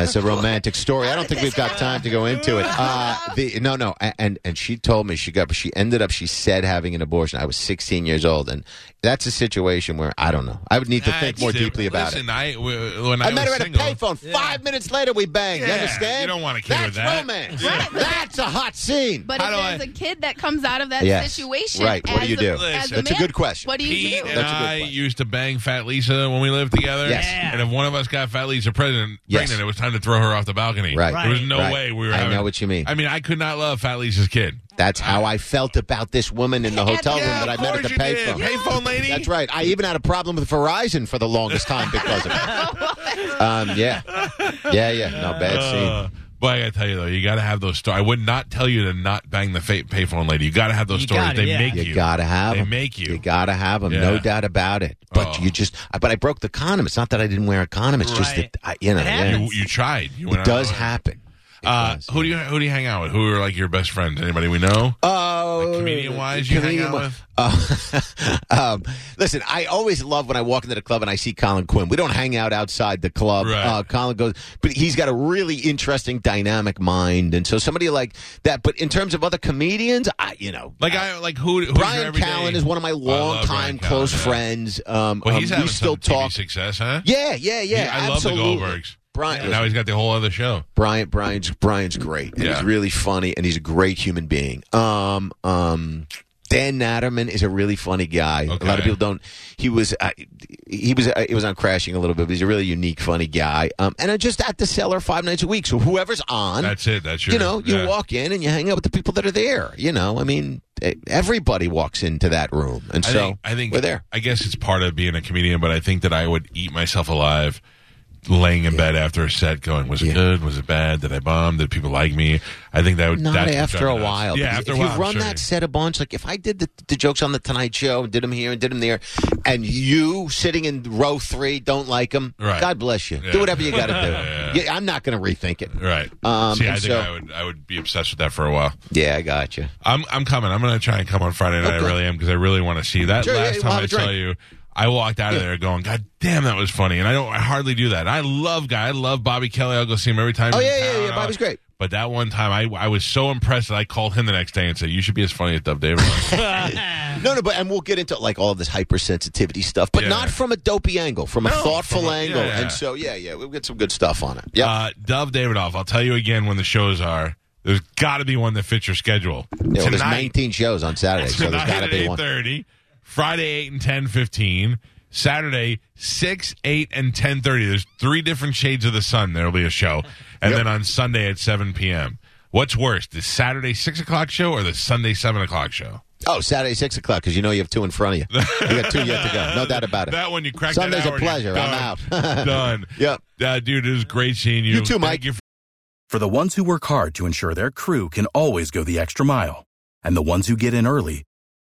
S3: it's a romantic story. I don't think we've got time to go into it. Uh, the no, no, a- and and she told me she got, but she ended up. She said having an abortion. I was 16 years old, and that's a situation where I don't know. I would need to think more
S1: Listen,
S3: deeply about
S1: listen,
S3: it.
S1: I, w- when I,
S3: I,
S1: was
S3: met her at a
S1: single,
S3: payphone. Five minutes later, we banged. you
S1: Yeah,
S3: understand?
S1: you don't want a kid
S3: That's
S1: with that.
S3: romance.
S1: Yeah.
S3: That's a hot scene.
S4: But if
S1: How do
S4: there's
S1: I-
S4: a kid that comes out of that
S3: Yes.
S4: situation,
S3: Right. What do
S4: as
S3: you
S4: a-
S3: do?
S4: as
S1: Listen.
S4: a
S3: That's a
S4: man,
S3: good question.
S4: What do you
S1: Pete
S4: do?
S1: and
S3: That's a good
S1: I
S3: point.
S1: used to bang Fat Lisa when we lived together.
S3: Yes.
S1: And if one of us got Fat Lisa pregnant,
S3: Yes.
S1: pregnant, it was time to throw her off the balcony.
S3: Right.
S1: There was no
S3: Right.
S1: way we were.
S3: I
S1: having-
S3: know what you mean.
S1: I mean, I could not love Fat Lisa's kid.
S3: That's how I felt about this woman in the hotel room
S1: Yeah,
S3: that I
S1: of
S3: met at the
S1: course you did.
S3: payphone.
S1: Payphone lady.
S3: That's right. I even had a problem with Verizon for the longest time because of it. Um, yeah, yeah, yeah. No bad scene.
S1: Uh, but I gotta tell you though, you gotta have those stories. I would not tell you to not bang the fa- payphone lady. You gotta have those
S2: You
S1: stories.
S2: gotta,
S1: they
S2: yeah.
S1: make you.
S3: You gotta have
S1: They
S3: them.
S1: make you.
S3: You gotta have them. No
S1: Yeah.
S3: doubt about it. But
S1: Oh.
S3: you just. But I broke the condom. It's not that I didn't wear a condom. It's just
S2: Right.
S3: that I, you know.
S2: It
S3: yeah.
S1: you, you tried. You went
S3: it does
S1: out.
S3: happen. It
S1: Uh,
S3: does.
S1: who do you who do you hang out with? Who are like your best friends? Anybody we know?
S3: Oh,
S1: Like comedian-wise you hang out
S3: comedian-wi-
S1: with?
S3: Oh, um, listen, I always love when I walk into the club and I see Colin Quinn. We don't hang out outside the club.
S1: Right.
S3: Uh, Colin goes, but he's got a really interesting, dynamic mind, and so somebody like that. But in terms of other comedians, I, you know, uh,
S1: Like I like who? who's your
S3: Brian
S1: everyday-
S3: Callen is one of my
S1: love Brian
S3: longtime
S1: Callen,
S3: close
S1: yeah.
S3: friends. Um,
S1: Well, he's
S3: um,
S1: having
S3: we still
S1: some TV
S3: talk.
S1: success, huh?
S3: Yeah, yeah, yeah.
S1: I love the
S3: absolutely.
S1: Goldbergs.
S3: Brian,
S1: And now he's got the whole other show.
S3: Brian Brian's Brian's great. And
S1: Yeah.
S3: He's really funny and he's a great human being. Um um Dan Natterman is a really funny guy. A lot
S1: Okay.
S3: of people don't. He was, uh, he was, uh, it was on crashing a little bit, but he's a really unique, funny guy. Um, and I'm just at the cellar five nights a week. So whoever's on,
S1: That's it. That's your.
S3: you know, you
S1: yeah.
S3: walk in and you hang out with the people that are there. You know, I mean, eh, everybody walks into that room, and
S1: I
S3: so
S1: think, I think
S3: we're there.
S1: I guess it's part of being a comedian, but I think that I would eat myself alive laying in bed after a set going, was it
S3: Yeah.
S1: good? Was it bad? Did I bomb? Did people like me? I think that would
S3: Not
S1: that's what
S3: after
S1: drives
S3: a
S1: me nuts.
S3: while.
S1: Yeah,
S3: because
S1: after
S3: if
S1: a while.
S3: you
S1: I'm
S3: run
S1: sure.
S3: that set a bunch, like if I did the, the jokes on the Tonight Show and did them here and did them there, and you sitting in row three don't like them,
S1: Right.
S3: God bless you.
S1: Yeah.
S3: Do whatever you got to do.
S1: Yeah.
S3: Yeah, I'm not going to rethink it.
S1: Right.
S3: Um,
S1: See, I
S3: and
S1: think
S3: so-
S1: I would I would be obsessed with that for a while.
S3: Yeah, I got you.
S1: I'm I'm coming. I'm going to try and come on Friday night. I
S3: Okay.
S1: really am because I really want to see that.
S3: Sure, yeah,
S1: Last
S3: we'll
S1: time
S3: have
S1: I
S3: a drink.
S1: saw you, I walked out of there going, "God damn, that was funny." And I don't, I hardly do that. I love guy. I love Bobby Kelly. I'll go see him every time.
S3: Oh,
S1: he's in
S3: yeah, yeah,
S1: town.
S3: yeah, Bobby's great.
S1: But that one time, I I was so impressed that I called him the next day and said, "You should be as funny as Dub Davis."
S3: No, no, but and we'll get into like all this hypersensitivity stuff, but
S1: Yeah.
S3: not from a dopey angle, from a
S1: No,
S3: thoughtful
S1: from a-
S3: angle.
S1: yeah.
S3: And so, yeah, yeah, we'll get some good stuff on it. Yeah,
S1: Uh, Dove Davidoff, I'll tell you again when the shows are. There's got to be one that fits your schedule.
S3: Yeah, well, there's
S1: tonight,
S3: 19 shows on Saturday, so there's
S1: tonight
S3: got to
S1: at
S3: be one.
S1: 8.30, Friday 8 and 10.15, Saturday 6, 8, and 10.30. There's three different shades of the sun. There'll be a show. And then on Sunday at 7 p.m. What's worse, the Saturday 6 o'clock show or the Sunday 7 o'clock show?
S3: Oh, Saturday six o'clock because you know you have two in front of you. you got two yet to go, no doubt about it.
S1: That one you cracked that
S3: Sunday's a
S1: hour and you're
S3: pleasure. I'm out.
S1: done. done.
S3: Yep.
S1: Uh, dude, it was great seeing you.
S3: You too,
S1: Thank
S3: Mike.
S1: you for
S5: For the ones who work hard to ensure their crew can always go the extra mile, and the ones who get in early